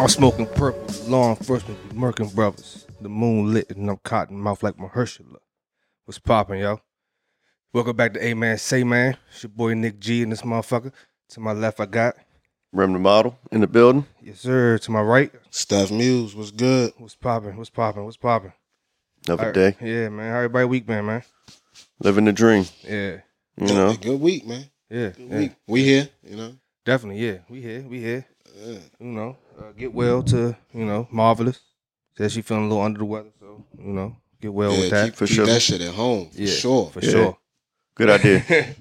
I'm smoking purple, law enforcement, Merkin Brothers. The moon lit and I'm cotton mouth like Mahershala. What's poppin', yo? Welcome back to A Man Say Man. It's your boy Nick G and this motherfucker. To my left, I got, Remnant model in the building. yes sir. To my right, Steph Muse was good. what's poppin', what's poppin', what's poppin'? Another All day. right. Yeah, man. How everybody week been, man? Living the dream. Yeah, You know? good week, man. yeah, Good yeah. week. We here, you know. Definitely, yeah. We here, we here. Yeah. You know, uh, get well to, you know, marvelous. Says she feeling a little under the weather, so, you know, get well yeah, with that. keep, for keep sure. that shit at home. For yeah, sure. For Yeah. sure. Good idea.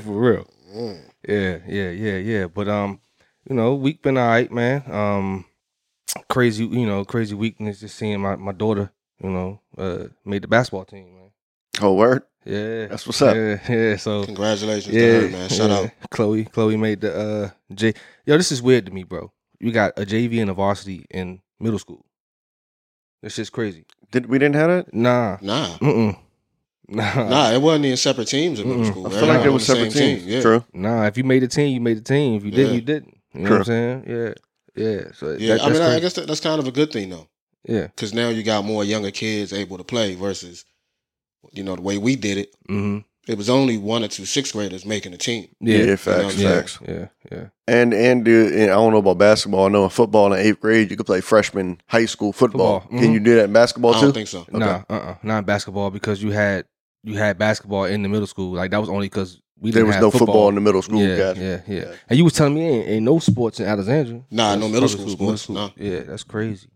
for real. Mm. Yeah, yeah, yeah, yeah. But um, you know, week been all right, man. Um, crazy, you know, crazy weakness. Just seeing my my daughter, you know, uh, made the basketball team, man. Whole word. Yeah, That's what's up. Yeah, yeah. So Congratulations yeah, to her, man. Shout yeah. out. Chloe. Chloe made the uh J. Yo, this is weird to me, bro. You got a JV and a varsity in middle school. This shit's crazy. Did we didn't have that? Nah, Nah. mm, nah, Nah, it wasn't even separate teams in middle Mm-mm. school. I feel Everybody like it on was the separate same teams. team, Yeah. True. nah. If you made the team, you made the team. If you didn't, Yeah. you didn't. You know what I'm True. saying? Yeah, yeah. So Yeah, that, that's I mean, I crazy. guess that, that's kind of a good thing though, yeah. because now you got more younger kids able to play versus, you know, the way we did it. Mm-hmm. It was only one or two sixth graders making a team. Yeah, Yeah. facts, Yeah. facts. Yeah. Yeah. And and, the, and I don't know about basketball. I know in football in eighth grade you could play freshman high school football. Football, Can mhm. you do that in basketball I too? don't think so. Okay. Nah, uh, uh not in basketball because you had you had basketball in the middle school. Like that was only because we there didn't was have no football. in the middle school. yeah, guys. yeah, yeah, Gotcha. And you was telling me ain't, ain't no sports in Alexandria. Nah, no It's middle public school middle sports, nah. Yeah, that's crazy.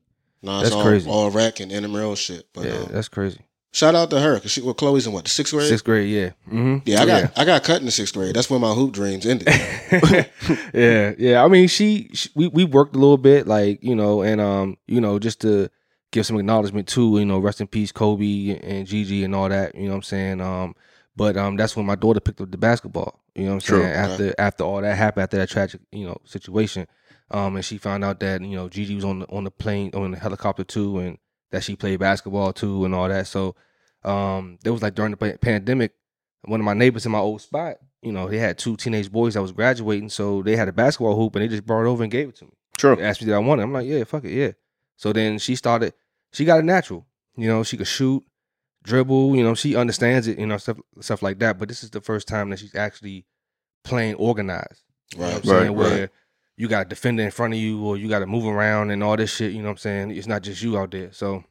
Nah, it's That's all, crazy. all rec and intramural shit. But yeah, um, that's crazy. shout out to her because she well, Chloe's in what the sixth grade. Sixth grade, yeah. Mm-hmm. Yeah, I got I got cut in the sixth grade. That's where my hoop dreams ended. yeah, yeah. I mean, she, she we we worked a little bit, like you know, and um, you know, just to give some acknowledgement to you know, rest in peace, Kobe and Gigi and all that. You know what I'm saying? Um, but um, that's when my daughter picked up the basketball. You know what I'm True. saying? After after all that happened, after that tragic you know situation, um, and she found out that you know Gigi was on the on the plane on the helicopter too, and that she played basketball too, and all that. So, um, there was like during the pa- pandemic, one of my neighbors in my old spot you know, they had two teenage boys that was graduating, so they had a basketball hoop and they just brought it over and gave it to me. True. They asked me did I want it. I'm like, yeah, fuck it, yeah. So then she started. She got a natural. You know, she could shoot, dribble. You know, she understands it. You know, stuff stuff like that. But this is the first time that she's actually playing organized. You know Right. what I'm saying? Right, right. Where you got a defender in front of you or you got to move around and all this shit. You know what I'm saying? It's not just you out there. So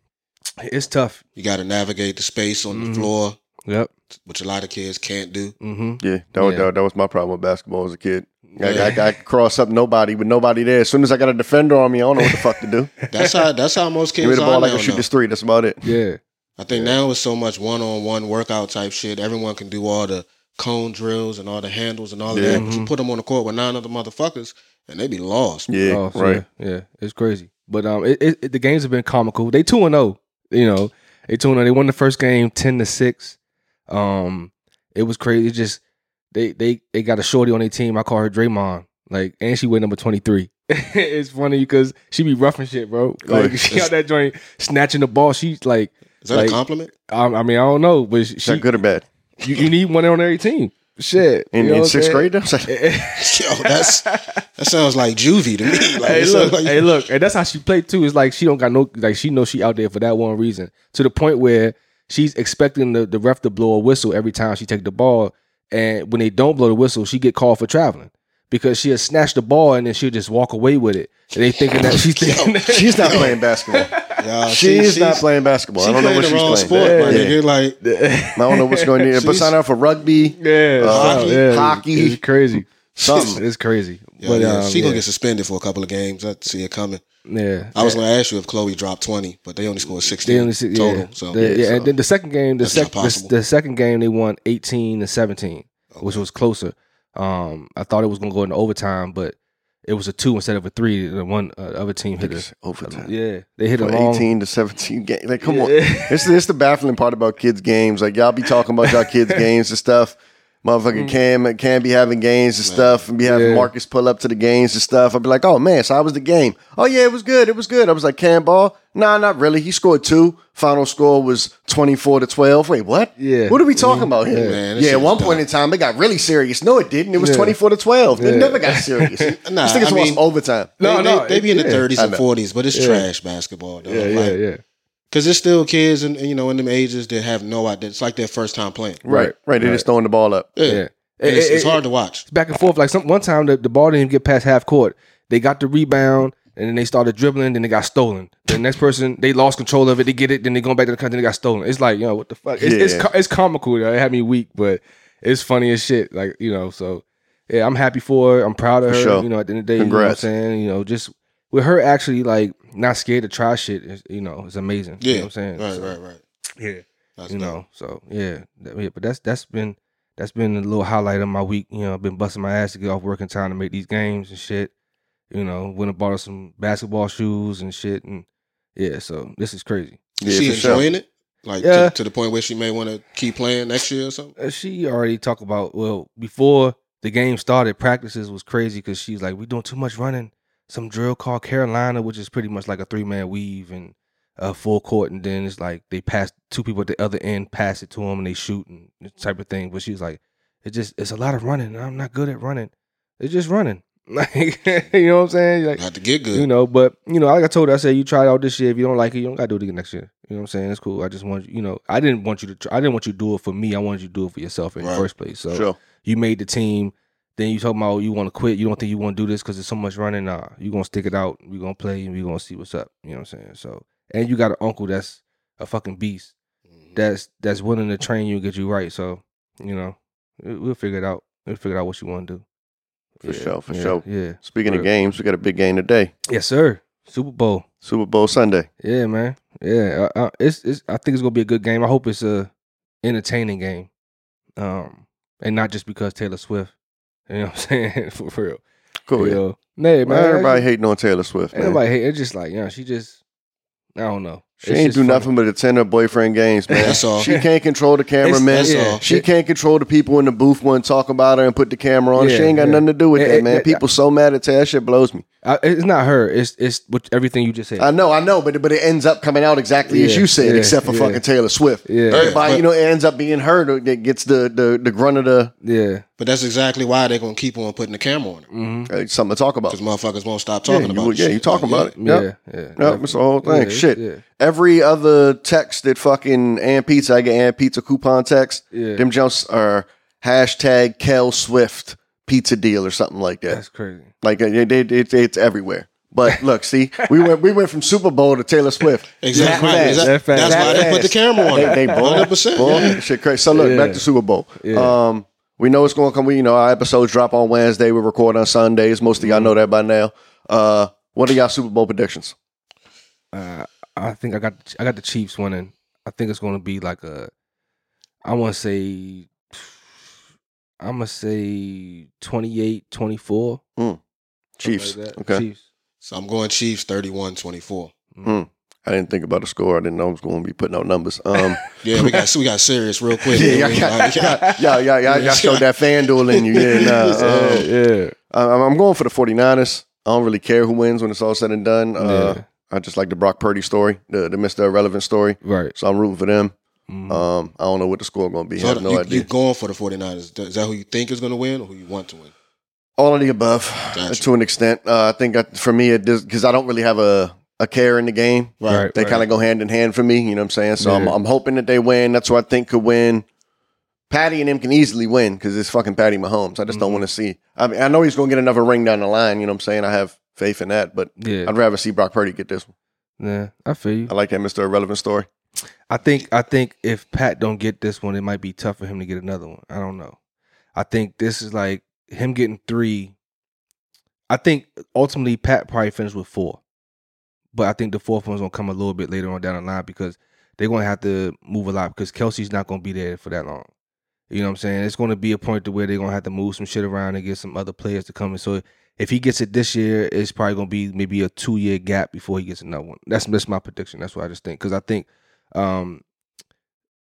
it's tough. You got to navigate the space on the Mhm. floor, Yep. which a lot of kids can't do. Mm-hmm. Yeah, that, Was, Yeah. that, that was my problem with basketball as a kid. I, Yeah. I, I cross up nobody with nobody there. As soon as I got a defender on me, I don't know what the fuck to do. That's how that's how most Give me kids the are ball, I now. can shoot though. this three. That's about it. Yeah. I think now it's so much one on one workout type shit. Everyone can do all the cone drills and all the handles and all of Yeah. that. But you Mhm. put them on the court with nine other motherfuckers, and they be lost. Yeah, Oh, so right. Yeah, yeah, it's crazy. But um, it, it, it- the games have been comical. They two and zero. You know, they two and 0. They won the first game ten to six. Um, it was crazy. It just they they they got a shorty on their team. I call her Draymond. Like, and she went number twenty three. it's funny because she be roughing shit, bro. Like Right. she out that joint snatching the ball. She's like, Is that Like- a compliment? I, I mean, I don't know, but Is she that good or bad? you, you need one on every team. Shit, In, you know in what I'm sixth saying? grade, though? It's like- Yo, that's that sounds like juvie to me. Like, hey, it look, sounds like- hey, look, and that's how she played too. It's like she don't got no, like she knows she out there for that one reason. To the point where she's expecting the, the ref to blow a whistle every time she take the ball, and when they don't blow the whistle, she get called for traveling because she'll snatch the ball and then she'll just walk away with it. And they thinking that she's thinking that she's not playing basketball. Y'all, She is not she's- playing basketball. She I don't know playing what the she's wrong playing. sport, my yeah. nigga. Like I don't know what's going on. But She's- sign up for rugby. yeah, Uh, so, hockey, yeah, hockey. It's crazy. Something. It's crazy. Yeah, but yeah, um, she yeah, gonna get suspended for a couple of games. I see it coming. yeah. I was gonna ask you if Chloe dropped twenty, but they only scored sixteen They only si- total. yeah. So The- yeah, and then the second game, the, That's not sec- the, possible. the second game they won eighteen to seventeen, which was closer. Um, I thought it was gonna go into overtime, but it was a two instead of a three. The one uh, other team hit a Overtime. yeah, they hit a From long. 18 to 17 game. Like, come on. Yeah. It's, it's the baffling part about kids' games. Like, y'all be talking about y'all kids' games and stuff. Motherfucking Cam Cam be having games and stuff, and be having Yeah. Marcus pull up to the games and stuff. I'd be like, "Oh man, so how was the game? Oh yeah, it was good. It was good." I was like, "Cam ball? Nah, not really. He scored two. Final score was twenty four to twelve. Wait, what? Yeah. what are we talking about here? Yeah, man, this yeah, at shit one was point in time, it got really serious. No, it didn't. It was Yeah. twenty four to twelve. It Yeah. never got serious. Nah, These niggas I lost mean- overtime. No, they, no, they, they be in the yeah. 30s and I know. 40s, but it's trash basketball, though. Yeah, yeah, yeah. Because there's still kids, and you know, in them ages that have no idea. It's like their first time playing. Right, Right, right. They're just right. throwing the ball up. Yeah, Yeah. And it's, It- it's it- hard to watch. it's back and forth. Like some one time, the, the ball didn't even get past half court. They got the rebound, and then they started dribbling. Then it got stolen. The next person, they lost control of it. They get it. Then they going back to the country. They got stolen. It's like, yo, what the fuck? It's it's, Yeah. co- it's comical. Though. It had me weak, but it's funny as shit. Like you know, so yeah, I'm happy for her. I'm proud of For her. sure. You know, at the end of the day, you know what I'm Congrats. saying, you know, just with her actually like not scared to try shit. Is, you know, it's amazing. Yeah, you know what I'm saying, Right, So, right, right. yeah That's you dope. know. So yeah, that- yeah, but that's that's been that's been a little highlight of my week. You know, I've been busting my ass to get off work in time to make these games and shit. You know, went and bought her some basketball shoes and shit, and yeah. So this is crazy. Is she for sure. enjoying it? Like Yeah. to, to the point where she may want to keep playing next year or something. Uh, She already talked about well before the game started. Practices was crazy because she's like, we doing too much running. Some drill called Carolina, which is pretty much like a three man weave and uh, full court, and then it's like they pass two people at the other end, pass it to them, and they shoot and this type of thing. But she's like, it just it's a lot of running, and I'm not good at running. It's just running, like you know what I'm saying? Like Not to get good. you know, but you know, like I told her, I said you try it out this year. If you don't like it, you don't gotta do it again next year. You know what I'm saying? It's cool. I just want you, you know, I didn't want you to, try, I didn't want you to do it for me. I wanted you to do it for yourself in Right. the first place. So Sure. you made the team. Then you talking about you want to quit. You don't think you want to do this because there's so much running. Nah, you gonna stick it out. We gonna play and we gonna see what's up. You know what I'm saying? So and you got an uncle that's a fucking beast. Mm-hmm. Mhm. That's that's willing to train you and get you right. So you know, we- we'll figure it out. We'll figure out what you want to do. For sure, for yeah, sure. Yeah. Speaking Right. of games, we got a big game today. Yes, sir. Super Bowl. Super Bowl Sunday. Yeah, man. Yeah, I, I, it's, it's. I think it's gonna be a good game. I hope it's a entertaining game, um, and not just because Taylor Swift. You know what I'm saying? For real. Cool. You Oh, Yeah. know? Nah, man. Man, everybody hates. hating on Taylor Swift. Man. Everybody hate. It's just like you know, she just. I don't know. She It's ain't just do funny. nothing but attend her boyfriend games, man. That's all. She can't control the cameraman. It's- yeah. all. She can't control the people in the booth when talking about her and put the camera on. Yeah, she ain't got yeah. nothing to do with Yeah, that, yeah, man. yeah. people so mad at Taylor. That shit blows me. I, it's not her. It's it's what everything you just said. I know, I know, but but it ends up coming out exactly as Yeah, you said, yeah, except for yeah. fucking Taylor Swift. Yeah. Everybody, But- you know, it ends up being her that gets the the, the grunt of the yeah. But that's exactly why they're gonna keep on putting the camera on her hmm uh, something to talk about. because motherfuckers won't stop talking yeah, about. you, the yeah, shit. you talking Like, about it. Yep. Yeah. Yeah. No, it's the whole thing. it's- Shit. Yeah. Every other text that fucking and pizza, I get and pizza coupon text. Yeah. Them jumps are hashtag Kel Swift pizza deal or something like that. That's crazy. Like uh, it, it, it, it's everywhere. But look, see, we went we went from Super Bowl to Taylor Swift. Exactly. That right. fast. Exactly. That fast. That's why That they put the fast. camera on. They, they bull, 100%, bull- yeah. shit crazy. So look, Yeah. back to Super Bowl. Yeah. Um, we know it's going to come. We, you know, our episodes drop on Wednesday. We record on Sundays. Most of y'all Mm-hmm. know that by now. Uh, what are y'all Super Bowl predictions? uh, I think I got I got the Chiefs winning. I think it's going to be like a I want to say I'm going to say 28 24. Hmm. Chiefs. Something like that. okay. Chiefs. So I'm going Chiefs 31-24. I didn't think about a score. I didn't know I was going to be putting out numbers. Um, Yeah, we got we got serious real quick. yeah, y'all, got- y'all, y'all, y'all, y'all showed that FanDuel in you. Yeah, nah. Yeah, um, Uh, yeah. I'm, I'm going for the 49ers. I don't really care who wins when it's all said and done. Uh, Yeah. I just like the Brock Purdy story, the, the Mr. Irrelevant story. Right. So I'm rooting for them. Mhm. Um, I don't know what the score going to be. So I have no you, idea. you going for the 49ers. Is that who you think is going to win or who you want to win? all of the above Gotcha. to an extent. Uh, I think I, for me, it because I don't really have a, a care in the game. Right. They kind of go hand in hand for me. You know what I'm saying? So I'm, Yeah. I'm hoping that they win. That's who I think could win. Patty and him can easily win because it's fucking Patty Mahomes. I just Mm-hmm. don't want to see. I mean, I know he's going to get another ring down the line. You know what I'm saying? I have faith in that, but Yeah. I'd rather see Brock Purdy get this one. Yeah. I feel you. I like that Mr. Irrelevant story. I think I think if Pat don't get this one, it might be tough for him to get another one. I don't know. I think this is like him getting three. I think ultimately Pat probably finished with four, but I think the fourth one's gonna come a little bit later on down the line because they're gonna have to move a lot because Kelsey's not gonna be there for that long. You know what I'm saying? It's gonna be a point to where they're gonna have to move some shit around and get some other players to come in. So if he gets it this year, it's probably gonna be maybe a two year gap before he gets another one. That's that's my prediction. That's what I just think because I think um,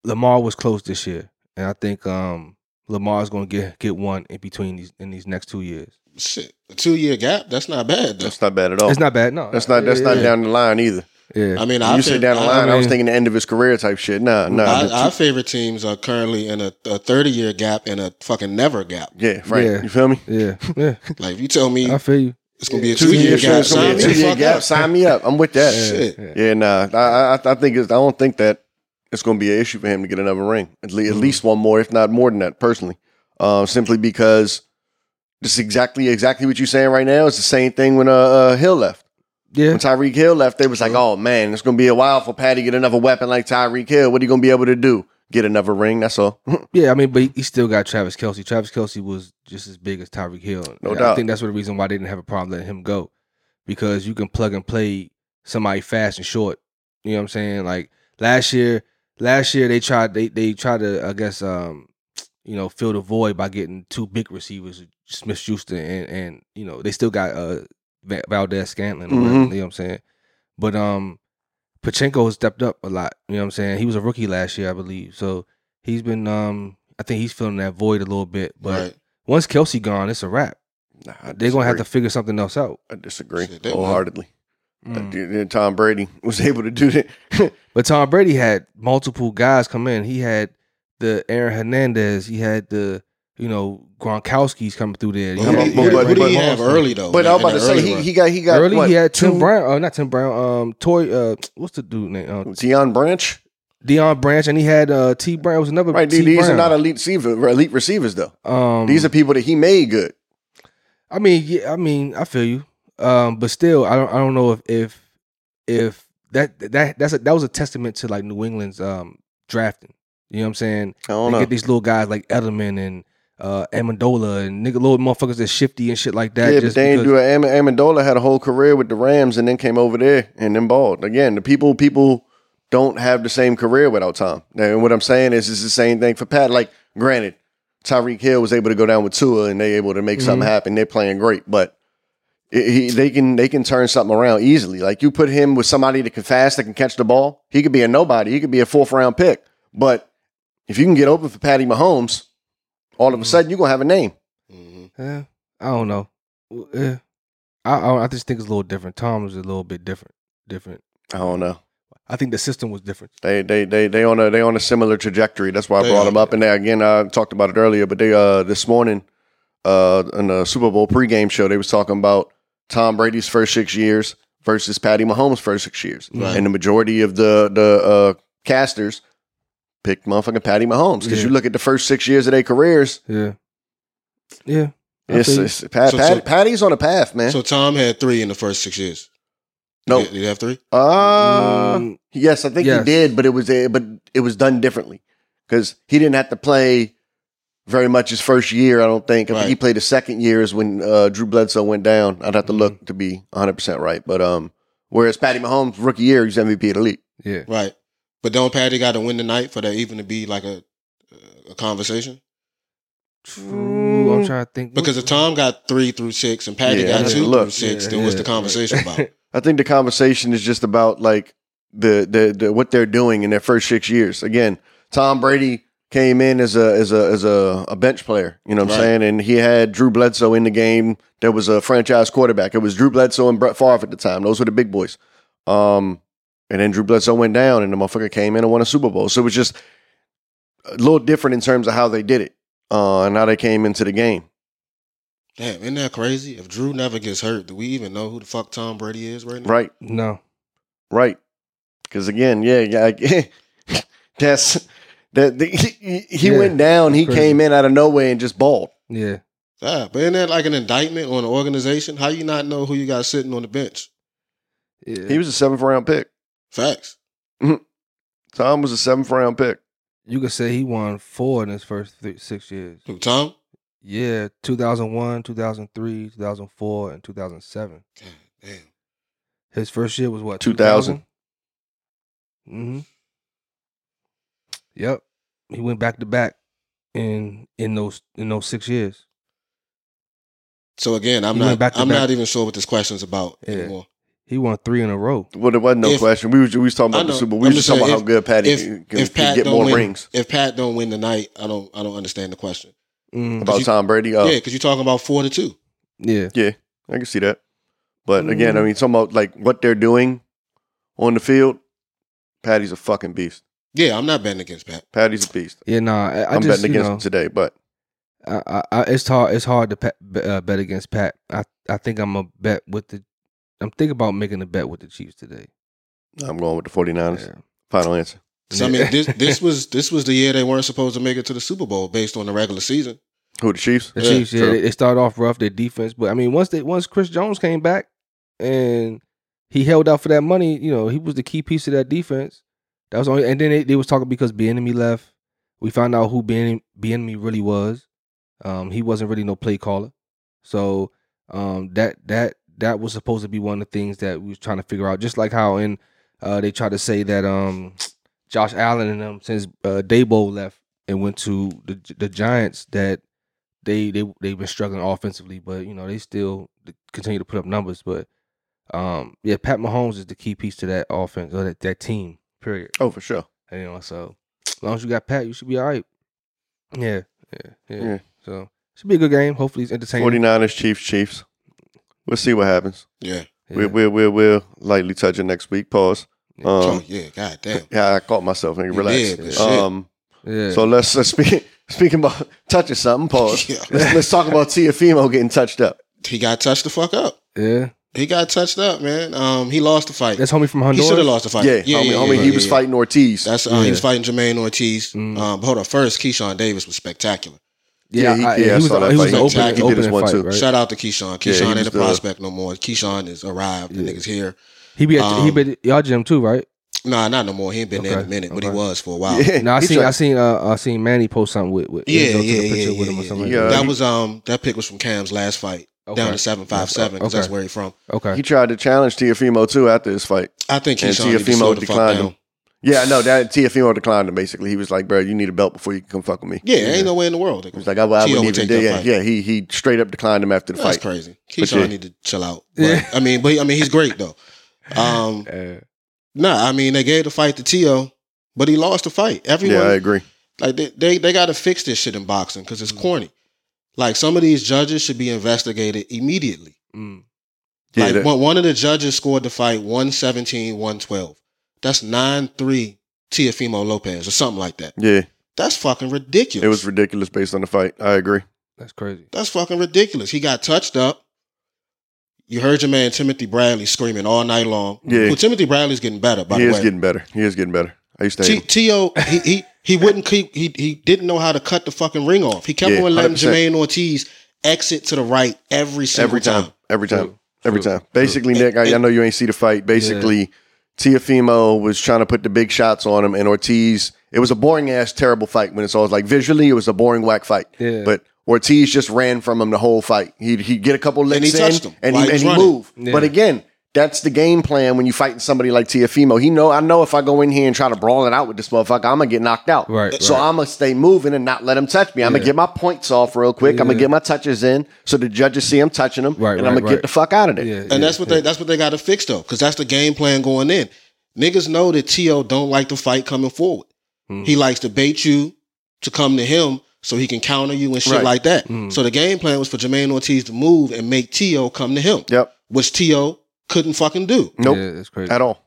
Lamar was close this year, and I think um, Lamar's gonna get get one in between these in these next two years. Shit, a two year gap. That's not bad though. That's not bad at all. It's not bad. No, Oh. That's not. That's yeah, not yeah, down the line either. Yeah, I mean, When I you say down the I- line. I, was mean- thinking the end of his career type shit. Nah, nah. I- the our two- favorite teams are currently in a, a 30 year gap and a fucking never gap. yeah, right. Yeah. You feel me? yeah, yeah. Like, if you tell me I feel you. it's going to be a Two, two year years, gap, gap. sign me Two the year fuck gap. up. Sign me up. I'm with that. Yeah, Shit. yeah. Yeah, nah. I, I- I, I think it's, I don't think that it's going to be an issue for him to get another ring. At, le- at least one more, if not more than that, personally. Uh, simply because this is exactly exactly what you're saying right now is the same thing when uh, uh Hill left. Yeah, When Tyreek Hill left, they was like, "Oh man, it's going to be a while for Patty to get another weapon like Tyreek Hill. What are you going to be able to do? Get another ring? That's all." yeah. I mean, but he- he still got Travis Kelsey. Travis Kelsey was just as big as Tyreek Hill. No And I doubt. think that's what the reason why they didn't have a problem letting him go, because you can plug and play somebody fast and short. You know what I'm saying? Like last year, last year they tried they they tried to I guess um you know fill the void by getting two big receivers, Smith Schuster and and you know they still got uh Va- Valdez Scantlin. Mhm. You know what I'm saying? But um Pachenko has stepped up a lot. You know what I'm saying? He was a rookie last year, I believe. So he's been um I think he's filling that void a little bit. But Right. once Kelsey gone, it's a wrap. Nah, I They're gonna have to disagree. figure something else out. Mm. I disagree Shit, they will. wholeheartedly. Uh, Tom Brady was able to do that. But Tom Brady had multiple guys come in. He had the Aaron Hernandez. He had the you know Gronkowski's coming through there. Who You know, do but- you- but- who do but- you have early, though? But I Like, was about in to the say early he, run? he got he got early what, he had Tim two- Brown. Uh, not Tim Brown. Um, Toy. Uh, what's the dude name? Uh, Deion Branch. Deion Branch, and he had uh T Brown. It was another Right, T these Brown. are not elite receiver, elite receivers though. um, These are people that he made good. I mean, yeah, I mean, I feel you. Um, but still, I don't, I don't know if if if that that that's a, that was a testament to like New England's um drafting. You know what I'm saying? I don't they know. get these little guys like Edelman and uh Amendola and nigga little motherfuckers that's shifty and shit like that. yeah, but they ain't do because- it. Am- Amendola had a whole career with the Rams and then came over there and then balled. Again, the people people don't have the same career without Tom. And what I'm saying is it's the same thing for Pat. Like, granted, Tyreek Hill was able to go down with Tua and they able to make something happen. They're playing great, but it, he, they can they can turn something around easily. Like you put him with somebody that can fast, that can catch the ball. He could be a nobody. He could be a fourth round pick. But if you can get open for Patty Mahomes, all of a sudden you're gonna have a name. Mhm. Eh, I don't know. Well, eh, I, I I just think it's a little different. Tom was a little bit different. Different. I don't know. I think the system was different. They they they they on a they on a similar trajectory. That's why I They brought are. them up. And they, again, I talked about it earlier, but they uh this morning, uh, in the Super Bowl pregame show, they was talking about Tom Brady's first six years versus Patty Mahomes' first six years, Right. and the majority of the the uh, casters picked motherfucking Patty Mahomes because Yeah. you look at the first six years of their careers. Yeah. Yeah. I It's, feel you. it's Pat, So- Pat- so- Patty's on a path, man. So Tom had three in the first six years. no, Did, did he have three? uh, Mm, Yes, I think Yes. he did, but it was but it was done differently because he didn't have to play very much his first year. I don't think. I think he Right. played his second year is when uh, Drew Bledsoe went down. I'd have to look to be 100 percent right, but um, whereas Patty Mahomes rookie year he's MVP of the league. yeah. Right. But don't Patty got to win the night for that even to be like a a conversation? True. I'm trying to think. Because if Tom got three through six and Patty Yeah, got that's- two look. through Mm-hmm. six, Yeah, then what's yeah, the conversation right. about? I think the conversation is just about like the, the the what they're doing in their first six years. Again, Tom Brady came in as a as a as a, a bench player. You know what I'm Right. saying? And he had Drew Bledsoe in the game. There was a franchise quarterback. It was Drew Bledsoe and Brett Favre at the time. Those were the big boys. Um, and then Drew Bledsoe went down, and the motherfucker came in and won a Super Bowl. So it was just a little different in terms of how they did it uh, and how they came into the game. Damn, isn't that crazy? If Drew never gets hurt, do we even know who the fuck Tom Brady is right now? Right. no. Right. Because again, yeah, yeah, I- that's that. The, he he Yeah, went down. He crazy. came in out of nowhere and just balled. Yeah. Yeah, but isn't that like an indictment on an organization? How you not know who you got sitting on the bench? Yeah. He was a seventh round pick. Facts. Tom was a seventh round pick. you could say he won four in his first three, six years. Who, Tom? Yeah, 2001, 2003, 2004, and 2007. God damn. His first year was what? 2000? Mm-hmm. Yep. He went back to back in in those in those six years. So again, I'm He went not back to I'm back. not even sure what this question's about Yeah. anymore. He won three in a row. Well, there was no If- question. We was we was talking I about the know. Super. Bowl. We I'm was just just talking about saying, how good Patty can, if can Pat get don't more win, rings. If Pat don't win tonight, I don't I don't understand the question. Mm, About Tom Brady, uh, Yeah, because you're talking about four to two. yeah. I can see that. But again, I Mm. mean, talking about like what they're doing on the field, Patty's a fucking beast. Yeah, I'm not betting against Pat. Patty's a beast. Yeah, nah. I, I I'm just, betting you against know, him today, but I, I, I, it's hard. It's hard to pat, b- uh, bet against Pat. I, I think I'm a bet with the. I'm thinking about making a bet with the Chiefs today. I'm going with the 49ers. Yeah. Final answer. 'Cause, I mean, this this was this was the year they weren't supposed to make it to the Super Bowl based on the regular season. Who the Chiefs? The Yeah, Chiefs, yeah, true. they, they started off rough their defense, but I mean, once they once Chris Jones came back and he held out for that money, you know, he was the key piece of that defense. That was only, and then they, they was talking because Bienemy left. We found out who Bien- Bienemy really was. Um, he wasn't really no play caller, so um, that that that was supposed to be one of the things that we was trying to figure out. Just like how in uh, they tried to say that um, Josh Allen and them since uh, Dabo left and went to the the Giants that they they they've been struggling offensively, but you know they still continue to put up numbers. But um, yeah, Pat Mahomes is the key piece to that offense or that, that team. Period. Oh, for sure. And, you know, so as long as you got Pat, you should be all right. Yeah, yeah, yeah. Yeah. So should be a good game. Hopefully, it's entertaining. 49ers, Chiefs, Chiefs. We'll see what happens. Yeah. Yeah. We'll, we'll, we'll, we'll lightly touch it next week. Pause. Yeah. Um, oh yeah, god damn. yeah, I caught myself. Nigga, You relax. did, but shit. um, yeah. So let's, let's speak, speaking about touching something. Pause. Yeah. Let's, let's talk about Tiafimo getting touched up. He got touched the fuck up. yeah, He got touched up, man. Um, he lost the fight. that's homie from he should have Honduras. lost the fight. yeah, homie, homie he yeah, was yeah. fighting Ortiz. That's uh, he Yeah. was fighting Jermaine Ortiz. Mm. Um, but hold on, first Keyshawn Davis was spectacular. Yeah, he- I- yeah, I was, saw that he was fight. an He open, did open his one, fight, too. right? Shout out to Keyshawn. Yeah, he Keyshawn was ain't a the- prospect no more. Keyshawn is arrived. The niggas here. He be at, he Um, be at y'all gym too, right? Nah, not no more. He ain't been there in a Okay, minute, but he okay. was for a while. Yeah, No, I he seen tried- I seen uh I seen Manny post something with with Yeah, Enzo took a yeah, yeah, picture with yeah, him or yeah, something. yeah. like That he- was um that pick was from Cam's last fight Okay. down to seven five seven because Okay. that's where he from. Okay. he tried to challenge Tiafimo too after his fight. I think And Keyshawn needs to Tiafimo slow the fuck declined down. him. Yeah, no, that Tiafimo declined him. Basically, he was like, "Bro, you need a belt before you can come fuck with me." Yeah, ain't no way in the world. He was like, "I, I wouldn't would even." take do that yeah, fight. yeah, he he straight up declined him after the That's fight. crazy. But Keyshawn yeah. need to chill out. But, Yeah. I mean, but I mean, he's great though. Um, Uh, nah, I mean, they gave the fight to Tio, but he lost the fight. Everyone, Yeah, I agree. like they they, they got to fix this shit in boxing because Mm. it's corny. Like some of these judges should be investigated immediately. mm, Yeah, like that- one, one of the judges scored the fight 117, 112. That's 9 3 Tiafimo Lopez or something like that. yeah, That's fucking ridiculous. it was ridiculous based on the fight. I agree. that's crazy. That's fucking ridiculous. He got touched up. You heard your man Timothy Bradley screaming all night long. Yeah. Who- Timothy Bradley's getting better, by he the is way. getting better. He is getting better. I used to hate T- him. T.O., he, he, he wouldn't keep, he, he didn't know how to cut the fucking ring off. He kept Yeah, on letting 100%. Jermaine Ortiz exit to the right every single every time, every time, True, every true, time. Basically, true. Nick, I, I And- know you ain't see the fight. Basically, Tiafimo was trying to put the big shots on him, and Ortiz. It was a boring ass, terrible fight when it's all like visually, it was a boring whack fight. Yeah. But Ortiz just ran from him the whole fight. He'd he'd get a couple licks he in, touched him and while he, he and was he running. moved. Yeah. But again. That's the game plan when you fighting somebody like Tiafimo. He know I know if I go in here and try to brawl it out with this motherfucker, I'm gonna get knocked out. Right, So right. I'm gonna stay moving and not let him touch me. I'm gonna Yeah. get my points off real quick. I'm gonna get my touches in so the judges see I'm touching them, Right, and right, I'm gonna get right. the fuck out of there. Yeah, And that's what they that's what they got to fix though, because that's the game plan going in. Niggas know that To don't like to fight coming forward. Mhm. Hmm. He likes to bait you to come to him so he can counter you and shit Right. Hmm. like that. Mhm. So the game plan was for Jermaine Ortiz to move and make To come to him, Yep. which To couldn't fucking do. Nope. Yeah, that's crazy. At all.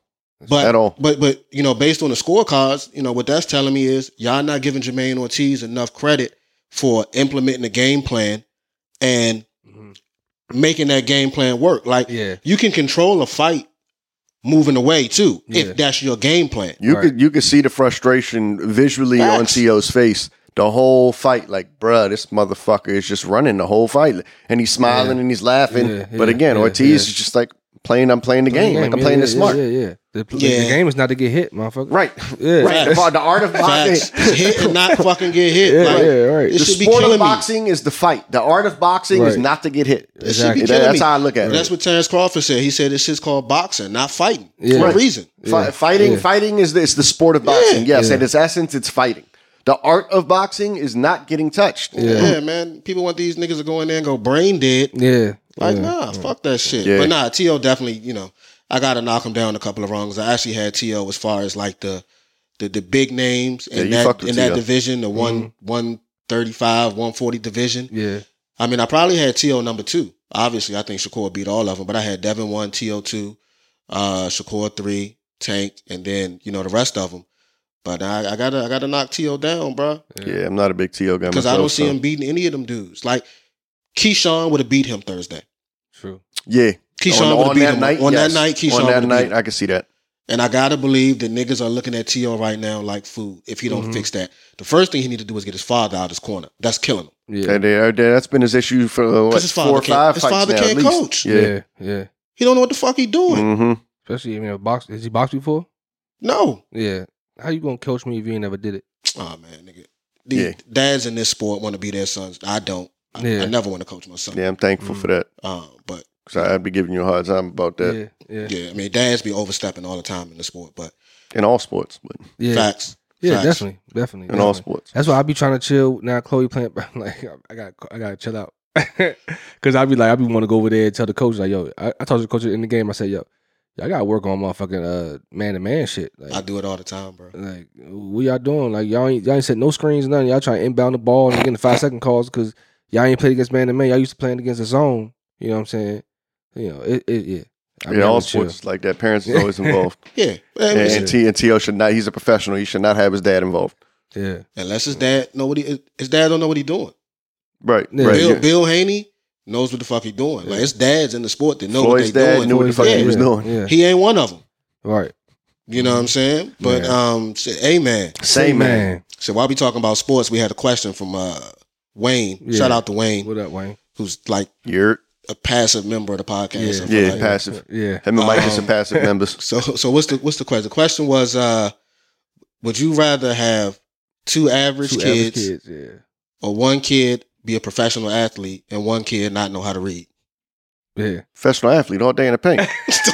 But At all. but but you know, based on the scorecards, you know what that's telling me is y'all not giving Jermaine Ortiz enough credit for implementing the game plan and Mhm. making that game plan work. Like Yeah, you can control a fight moving away too Yeah. if that's your game plan. You Right. could you could see the frustration visually Facts. on To's face the whole fight. Like, bruh, this motherfucker is just running the whole fight, and he's smiling Yeah. and he's laughing. Yeah, but yeah, again, yeah, Ortiz yeah. is just like playing. I'm playing the game. Like I'm Yeah, playing yeah, it smart. Yeah, yeah. yeah. The, pl- Yeah. the game is not to get hit, motherfucker. Right. Yeah. Right. The, the art of Facts. boxing. hit and not fucking get hit. Yeah, like, yeah, right. It The should be sport of killing me. boxing is the fight. The art of boxing is Right. not to get hit. It should Exactly. be That- killing that's me. how I look at it. That's what Terrence Crawford said. He said this shit's called boxing, not fighting. Yeah. For Right. a reason. Fi- Yeah. Fighting, Yeah. fighting is the, it's the sport of boxing. Yeah. Yes, Yeah. at its essence, it's fighting. The art of boxing is not getting touched. Yeah. Yeah. man. People want these niggas to go in there and go brain dead. Yeah. Like, yeah. nah, fuck that shit. Mm. Yeah. But nah, T.O. definitely, you know, I got to knock him down a couple of rungs. I actually had To as far as like the the, the big names Yeah, in you that fucked with Mm-hmm. in that T.O. division, the one one thirty five, one forty division. Yeah. I mean, I probably had To number two. Obviously, I think Shakur beat all of them, but I had Devin one, To two, uh, Shakur three, Tank, and then you know the rest of them. But I, I gotta I gotta knock To down, bro, Yeah, I'm not a big T.O. guy because I don't myself, see so- him beating any of them dudes. Like Keyshawn would have beat him Thursday. True. Yeah, Keyshawn on, would on have beat that him night. on yes. that night. Keyshawn on would that have beat night, him. I could see that. And I gotta believe that niggas are looking at T.O. right now like food. If he don't Mm-hmm. Mhm. fix that, the first thing he need to do is get his father out of his corner. That's killing him. Yeah. And they- that's been his issue for uh, what Because his father four or can't- five his fights father now, can't at least. coach. Yeah. Yeah. Yeah. He don't know what the fuck he doing. hmm Especially, I mean, a box. Has he boxed before? Mm-hmm. No. Yeah. How you gonna coach me if you ain't never did it? Oh man, nigga. These Yeah. dads in this sport want to be their sons. I don't. I, Yeah. I never want to coach my son. Yeah, I'm thankful for that Um, but because I'd be giving you a hard time about that Yeah. Yeah. yeah, I mean, dads be overstepping all the time in the sport. But in all sports, but Yeah. facts. Yeah, Facts. definitely, definitely. in all definitely. sports. That's why I be trying to chill now. Chloe playing like I got I got to chill out because I be like I be want to go over there and tell the coach like yo I, I told the coach in the game I said yo y'all got to work on motherfucking uh man to man shit like I do it all the time, bro. like what y'all doing like y'all ain't y'all ain't set no screens nothing y'all trying to inbound the ball and getting the five second calls because y'all ain't played against man to man y'all used to playing against the zone you know what I'm saying you know it, it yeah I in be all having to chill. sports, it's like that. Parents is always involved. Yeah. and, Unless, and T and T.O. should not. He's a professional. He should not have his dad involved. yeah unless his dad know what he his dad don't know what he doing. Right. Yeah. Right. Bill yeah. Bill Haney knows what the fuck he doing. Like it's dads in the sport that know Floyd's what they dad doing. knew what the fuck yeah. he was Mm-hmm. doing. yeah He ain't one of them. right You know what I'm saying? But Yeah. um, shit, hey man. Same man. So while we talking about sports, we had a question from uh Wayne. Yeah. Shout out to Wayne, what up Wayne who's like You're a passive member of the podcast. Yeah. or something yeah, like that. passive. yeah Him and Mike is some Um, passive members. So so what's the what's the question? The question was uh would you rather have two average Two kids average kids yeah. or one kid be a professional athlete and one kid not know how to read? Yeah, Professional athlete all day in the paint.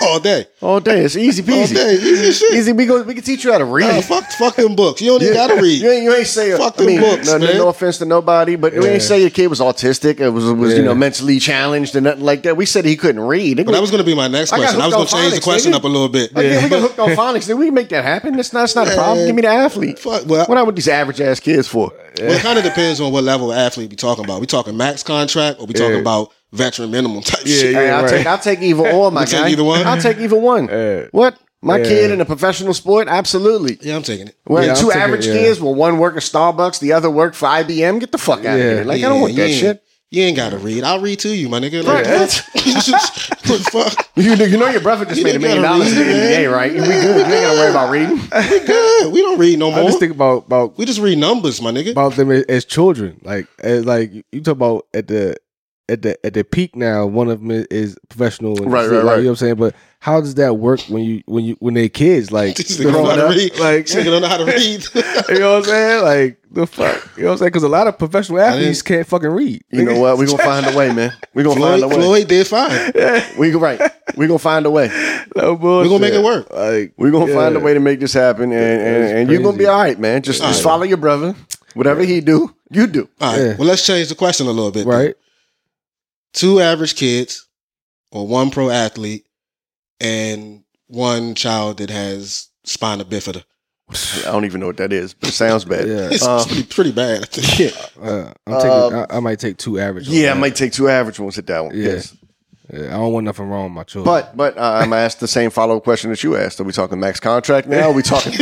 All day. All day. It's easy All peasy. day. Easy as shit. Easy. We go. We can teach you how to read. Nah, Uh, fuck fuck them books. Oh, You don't even Yeah. gotta read. You ain't, you ain't say Fuck I them mean, books, no, no- man. no offense to nobody, but we Yeah. ain't say your kid was autistic. It was was you Yeah. know mentally challenged and nothing like that. We said he couldn't read. But that was gonna be my next I got question. I, was gonna hooked on change the phonics, question nigga. up a little bit. Again, we got hooked on phonics. Then we can make that happen. It's not. It's not a problem. Give me the athlete. Fuck well, What I with these average ass kids for? well it kinda depends on what level of athlete we talking about. We talking max contract or we talking Yeah. about veteran minimum type Yeah, shit. yeah. Hey, I'll right. take I'll take either or, my You take guy. either one? I'll take either one. Yeah. what? My Yeah. kid in a professional sport? Absolutely. Yeah, I'm taking it. Well, Yeah, I'll two take it, average yeah. kids. Well, one worked at Starbucks, the other worked for IBM. Get the fuck out Yeah. of here! Like I Yeah, don't want that you ain't- shit. You ain't gotta read. I'll read to you, my nigga. Right, Like, what? fuck. You, you know your brother just You made a ain't million gotta dollars in the read, man. NBA, right? We good. You ain't gotta worry about reading. We good. We don't read no I more. just think about about we just read numbers, my nigga. about them as, as children. Like as, like you talk about at the at the at the peak now, one of them is professional. And Right, shit, right, like, right. You know what I'm saying? But how does that work when you when you when they kids? Like This you nigga don't know how know, to read. like- this nigga don't know how to read. you know what I'm saying? Like the fuck, you know what I'm saying? Because a lot of professional athletes can't fucking read. You know what? We gonna find a way, man. We gonna Floyd, find a way. Floyd did fine. We go right. We gonna find a way. No We bullshit. gonna make it work. Like We gonna yeah. find a way to make this happen, and and, That's and you gonna be crazy. all right, man. Just just follow your brother. Whatever he do, you do. All right. Yeah. Well, let's change the question a little bit. then. right. Two average kids, or one pro athlete, and one child that has spina bifida. I don't even know what that is, but it sounds bad. Yeah, It's Uh, pretty, pretty bad. I think. uh, I'm taking. uh, I, I might take two average. on Yeah, I that. might take two average ones at that one. Yeah. Yes, Yeah, I don't want nothing wrong with my children. but but uh, I'm asked the same follow up question that you asked. Are we talking max contract now? Are we talking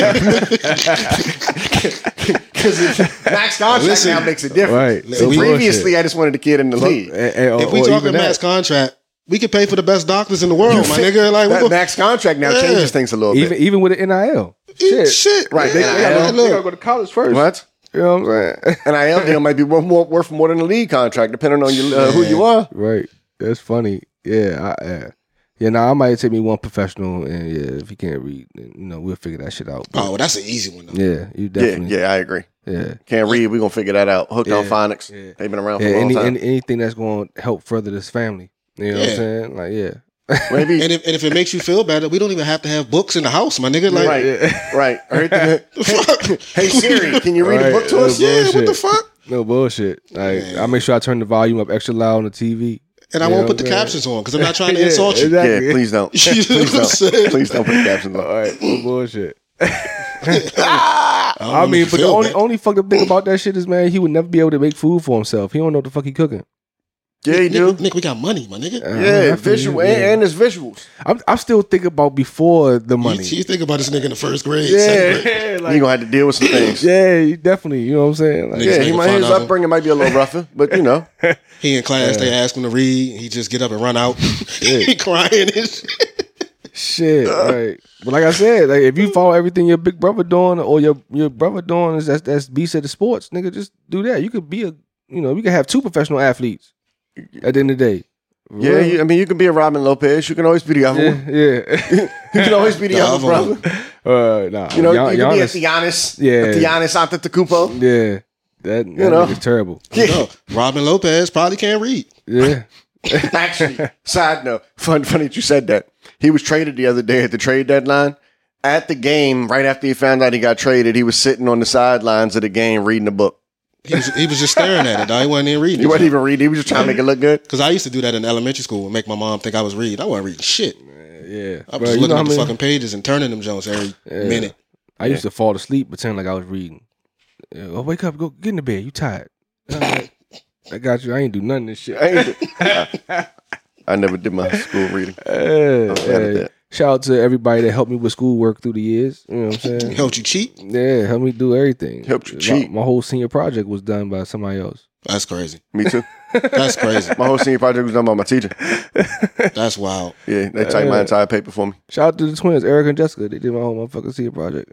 because max contract Listen. now makes a difference. right. So No Previously, bullshit. I just wanted a kid in the league. And- and- or- if we or talking even that. max contract, we could pay for the best doctors in the world, my nigga. Like, That we max contract now Yeah. changes things a little even bit. even with the NIL. Shit. shit. shit. Right, They, Yeah, they gotta, like, go- look, they gotta go to college first. What? You know what I'm saying? An NIL deal might be worth more, worth more than a league contract, depending on your, uh, who you are. right. That's funny. Yeah. I, yeah. Yeah. Now I might take me one professional, and yeah, if he can't read, then, you know, we'll figure that shit out. Oh, But, well, that's an easy one. Though. yeah, you Yeah, definitely. yeah, I agree. Yeah. Yeah. Can't read. We're gonna figure that out. Hooked on Yeah. phonics. Yeah. They've been around for a long any, time. any- anything that's going to help further this family. You know what Yeah. I'm saying? Like, yeah. Maybe And if, and if it makes you feel better, we don't even have to have books in the house, my nigga. Like, right, Yeah. right. I heard the- hey, hey Siri, can you read a Right, book to uh, us? yeah, what the Bullshit. fuck? No bullshit. Like, Yeah. I make sure I turn the volume up extra loud on the TV. and I You won't know put the what I'm captions on because I'm not trying to Yeah, insult you. exactly. Yeah, please don't. You know please what I'm don't. saying? Please don't put the captions All on. right, no bullshit. don't I know mean, if but you the feel only that. only fucked up thing about that shit is, man, he would never be able to make food for himself. He don't know what the fuck he cooking. Yeah, you do. Nigga, nigga, we got money, my nigga. Uh, Yeah, I feel visual you, and, yeah. and it's visuals. I'm, I'm still thinking about before the money. You, you think about this nigga in the first grade. yeah, second grade. yeah, you like, gonna have to deal with some things. Yeah, yeah, you definitely. You know what I'm saying? Like, Niggas he making might fun his of him. upbringing might be a little rougher, but you know, He in class, they ask him to read. He just get up and run out. he crying and shit. Shit, Uh. right. But like I said, like if you follow everything your big brother doing or your your brother doing is that's that's beast at the sports, nigga, just do that. You could be a you know, you could have two professional athletes at the end of the day. yeah. You, I mean, you can be a Robin Lopez. You can always be the other one. yeah, yeah. You can always be the, The other other one. brother. uh, nah, You know, Gian- you can Giannis- be a Giannis. Yeah. Yeah, a Giannis Antetokounmpo. yeah, that you know. is terrible. You know, Robin Lopez probably can't read. Yeah, Actually, side note, fun, funny that you said that. He was traded the other day at the trade deadline. At the game, right after he found out he got traded, he was sitting on the sidelines of the game reading a book. He was, he was just staring at it. Dog. He wasn't even reading. He wasn't even reading. He was just trying to make it look good. Because I used to do that in elementary school and make my mom think I was reading. I wasn't reading shit. yeah. Bro, I was just you looking know at the how many- fucking pages and turning them Jones every minute. I used to fall asleep pretend like I was reading. Yeah, oh, wake up, go get in the bed. You tired? I'm like, I got you. I ain't do none of this shit. I, ain't- I- I never did my school reading. Yeah, glad at yeah. that. Shout out to everybody that helped me with schoolwork through the years. You know what I'm saying? Helped you cheat? Yeah, helped me do everything. Helped you My- cheat. My, whole senior project was done by somebody else. That's crazy. Me too. That's crazy. My whole senior project was done by my teacher. That's wild. Yeah, they typed my entire paper for me. Shout out to the twins, Eric and Jessica. They did my whole motherfucking senior project.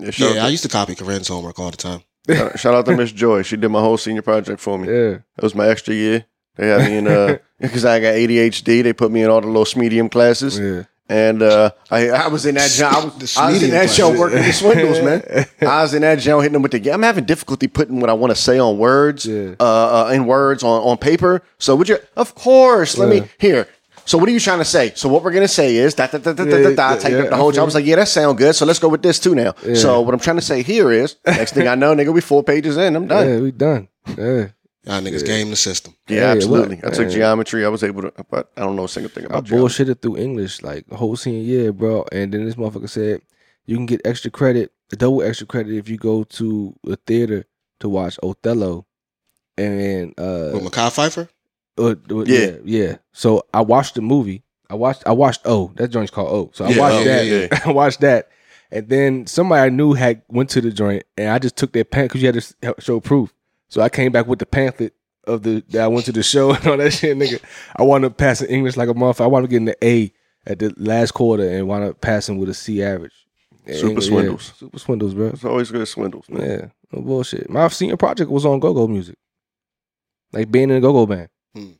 Yeah, shout, Yeah, I out used to copy Corinne's homework all the time. to, shout- shout out to Miss Joy. She did my whole senior project for me. Yeah, That was my extra year. They had me in uh because I got ADHD. They put me in all the little medium classes. yeah. And uh, I, I was in that job. I was, The I was in medium that show classes. working the swindles, man. I was in that show hitting them with the. ga- I'm having difficulty putting what I want to say on words, Yeah. uh, uh, in words on, on paper. So would you? Of course. Let me here. So what are you trying to say? So what we're gonna say is that da, da, da, da, da, da, Yeah, take yeah, up the I whole feel job. I was like, yeah, that sound good. So let's go with this too now. So what I'm trying to say here is, next thing I know, nigga, we four pages in. I'm done. Yeah, we done. Yeah, Y'all niggas game the system. Yeah, Yeah, absolutely. what? I took Yeah. geometry. I was able to, but I don't know a single thing I about geometry. bullshitted through English like the whole senior year, bro. And then this motherfucker said you can get extra credit, double extra credit, if you go to a theater to watch Othello. And uh, With Makai Pfeiffer? Uh, uh, yeah. Yeah. yeah, So I watched the movie. I watched. I watched. Oh, that joint's called Oh. So I Yeah, watched oh, that. yeah, I watched that, and then somebody I knew had went to the joint, and I just took their pamphlet because you had to s- help show proof. So I came back with the pamphlet of the that I went to the show and all that shit, nigga. I wound up passing English like a month. I wound up getting an A at the last quarter and wound up passing with a C average. And Super English- yeah, swindles. super swindles, bro. It's always good swindles, man. Yeah, no bullshit. My senior project was on go-go music, like being in a go-go band. Hmm.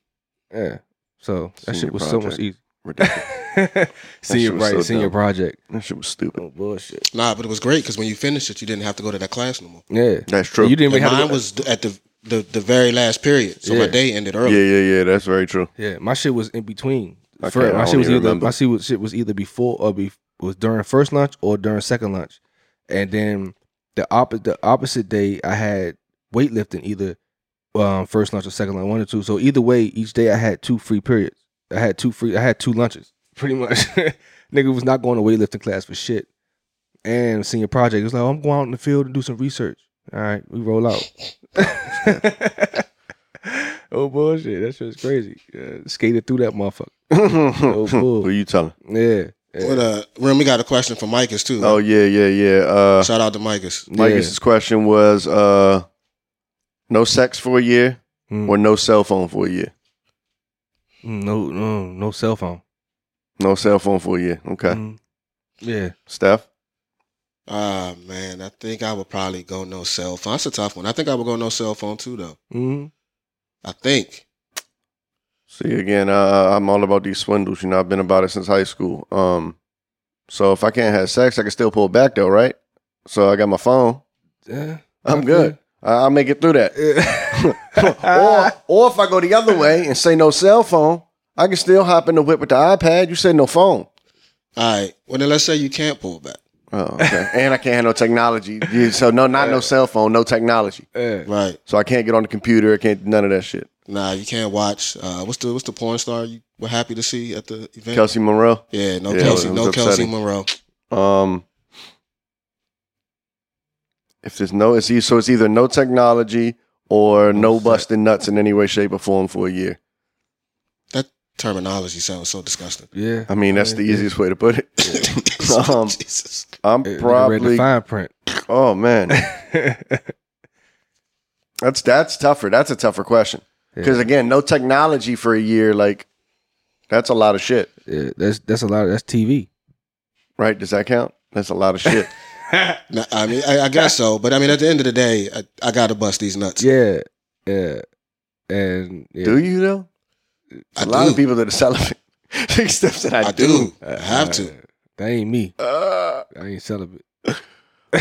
Yeah, so that Senior shit was so much project. easy. Ridiculous. senior shit was right, so senior dumb. project. that shit was stupid. No bullshit. Nah, but it was great because when you finished it, you didn't have to go to that class no more. Yeah, That's true. you didn't even And have mine to, was th- at the, the, the very last period. So Yeah. my day ended yeah, early. yeah, yeah. That's very true. Yeah, my shit was in between. Okay, Fir- I my shit don't was even either remember. my shit was, shit was either before or be was during first lunch or during second lunch, and then the opposite the opposite day I had weightlifting either um, first lunch or second lunch one or two. So either way, each day I had two free periods. I had two free. I had two lunches pretty much. Nigga was not going to weightlifting class for shit. And senior project it was like, oh, I'm going out in the field and do some research. All right, we roll out. oh bullshit, that shit's crazy. Yeah, skated through that motherfucker. bull. Who you telling? Yeah, yeah. But, uh, Rim, we got a question from Micah's too. Oh yeah, yeah, yeah. Uh, Shout out to Micah's. Mike's question was uh, no sex for a year Mm. or no cell phone for a year. Mm-hmm. No, no, no cell phone. No cell phone for a year. Okay, Mm. Yeah, Steph. Ah, man, I think I would probably go no cell phone. That's a tough one. I think I would go no cell phone too, though. mm. I think. See again. Uh, I'm all about these swindles. You know, I've been about it since high school. Um, so if I can't have sex, I can still pull back though, right? So I got my phone. yeah. I'm good. I- I'll make it through that. or, or if I go the other way and say no cell phone, I can still hop in the whip with the iPad. You said no phone. All right. Well, then let's say you can't pull back. Oh, okay. and I can't have no technology. Yeah, So no, not no cell phone, no technology. Yeah. Right. So I can't get on the computer. I can't do none of that shit. Nah, you can't watch. Uh, what's the what's the porn star you were happy to see at the event? Mm. Kelsey Monroe. Yeah, no Yeah, Kelsey, it was no Kelsey upsetting. Monroe. Um, if there's no, it's either, so it's either no technology or no Right. busting nuts in any way, shape, or form for a year. That terminology sounds so disgusting. Yeah, I mean, that's the Yeah. Uh, easiest way to put it. Um, Jesus. I'm It- read the probably. fine print. Oh man, that's that's tougher. That's a tougher question because Yeah. again, no technology for a year. Like, that's a lot of shit, Yeah, that's that's a lot. Of, that's TV. right? Does that count? That's a lot of shit. No, I mean, I, I guess so, but I mean, at the end of the day, I, I gotta bust these nuts. yeah, yeah, and yeah. Do you though? I A lot do. of people that are celibate. Take steps that I, I do. Uh, I have to. That ain't me. Uh, I ain't celibate.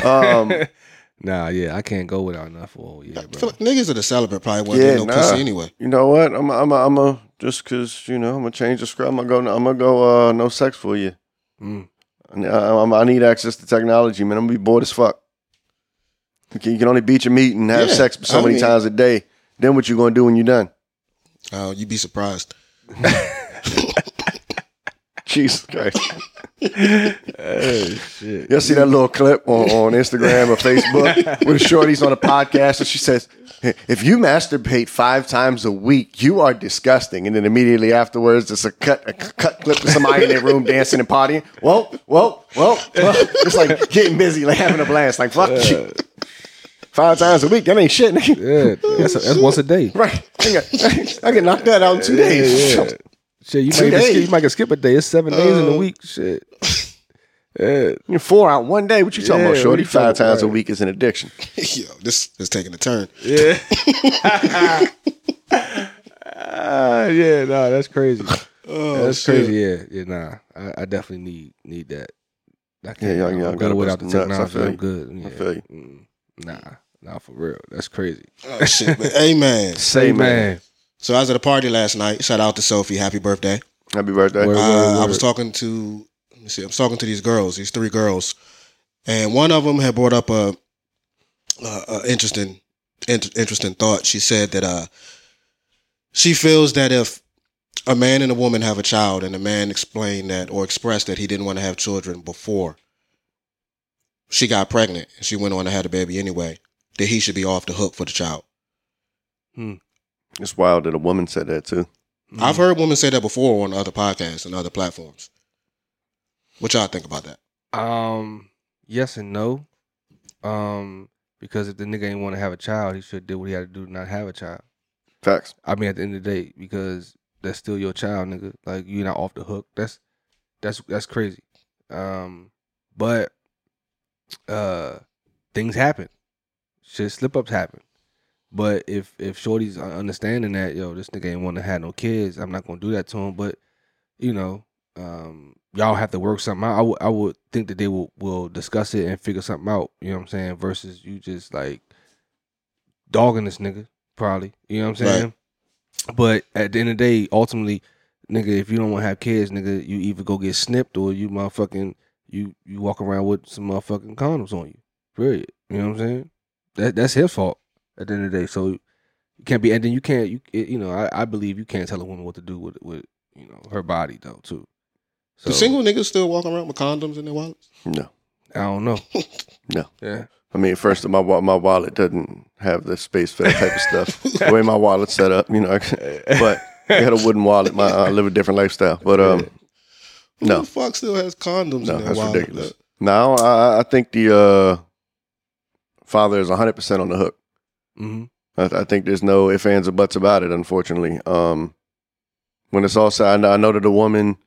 um, nah, yeah, I can't go without enough for a whole year, I bro. feel like niggas that are celibate probably wasn't Yeah, getting no nah. pussy anyway. you know what? I'm I'm I'm a just cause you know I'm gonna change the script. I'm gonna go. I'm gonna go. Uh, no sex for you. Mm. I, I'm- I need access to technology, man. I'm gonna be bored as fuck. You can, you can only beat your meat and have Yeah, sex so I many mean- times a day. Then what you gonna do when you're done? Oh, you'd be surprised. Jesus Christ! Oh, shit. Y'all see that little clip on, on Instagram or Facebook with shorties on a podcast, and she says, "If you masturbate five times a week, you are disgusting." And then immediately afterwards, it's a cut a cut clip of somebody in their room dancing and partying. Whoa, whoa, whoa! whoa. It's like getting busy, like having a blast. Like fuck you. Five times a week, that ain't shit, nigga. Yeah, that's, that's once a day. Right? I get, I can knock that out in two days. Yeah, yeah. Shit, you Two might, even skip, days. Uh, you might can skip a day. It's seven days in a week. Shit. Yeah, You're four out one day. What you talking Yeah, about, what shorty? you Five talking times a about? week is an addiction. Yo, this is taking a turn. yeah. Ah, yeah, nah, that's crazy. Oh, that's shit. crazy. Yeah, yeah, nah. I, I definitely need need that. I can't y'all- I'm y'all good gotta without the bust some technology. nuts, I I'm good. Yeah. feel you. Mm, nah, nah, for real. That's crazy. Oh, shit, man. Amen. Say, man. So I was at a party last night. Shout out to Sophie. Happy birthday. Happy birthday. Word, Uh, word, I was word. talking to let me see, I was talking to these girls, these three girls, and one of them had brought up a, a, a interesting inter, interesting thought. She said that uh, she feels that if a man and a woman have a child, and the man explained that or expressed that he didn't want to have children before she got pregnant and she went on and had a baby anyway, that he should be off the hook for the child. It's wild that a woman said that too. I've heard women say that before on other podcasts and other platforms. What y'all think about that? Um, yes and no. Um, because if the nigga ain't want to have a child, he should do what he had to do to not have a child. Facts. I mean, at the end of the day, because that's still your child, nigga. Like you're not off the hook. That's that's that's crazy. Um, but uh, things happen. Shit, slip ups happen. But if if Shorty's un- understanding that, yo, this nigga ain't want to have no kids. I'm not gonna do that to him. But you know, um, y'all have to work something out. I would I would think that they will will discuss it and figure something out. You know what I'm saying? Versus you just like dogging this nigga, probably. You know what I'm Right. saying? But at the end of the day, ultimately, nigga, if you don't want to have kids, nigga, you either go get snipped or you motherfucking you you walk around with some motherfucking condoms on you. Period. You know what I'm saying? That that's his fault at the end of the day. So you can't be and then you can't you it, you know I, I believe you can't tell a woman what to do with with you know her body though too. So Do single niggas still walking around with condoms in their wallets? No, I don't know. no. Yeah. I mean, first of all, my wa- my wallet doesn't have the space for that type of stuff. the way my wallet's set up, you know. I can- but I had a wooden wallet. My I live a different lifestyle. But um, Who No. the fuck still has condoms no, in their that's wallet? ridiculous. Now I I think the uh, father is hundred percent on the hook. Mm-hmm. I, I think there's no ifs, ands, or buts about it, unfortunately. Um, when it's all said, I know, I know that a woman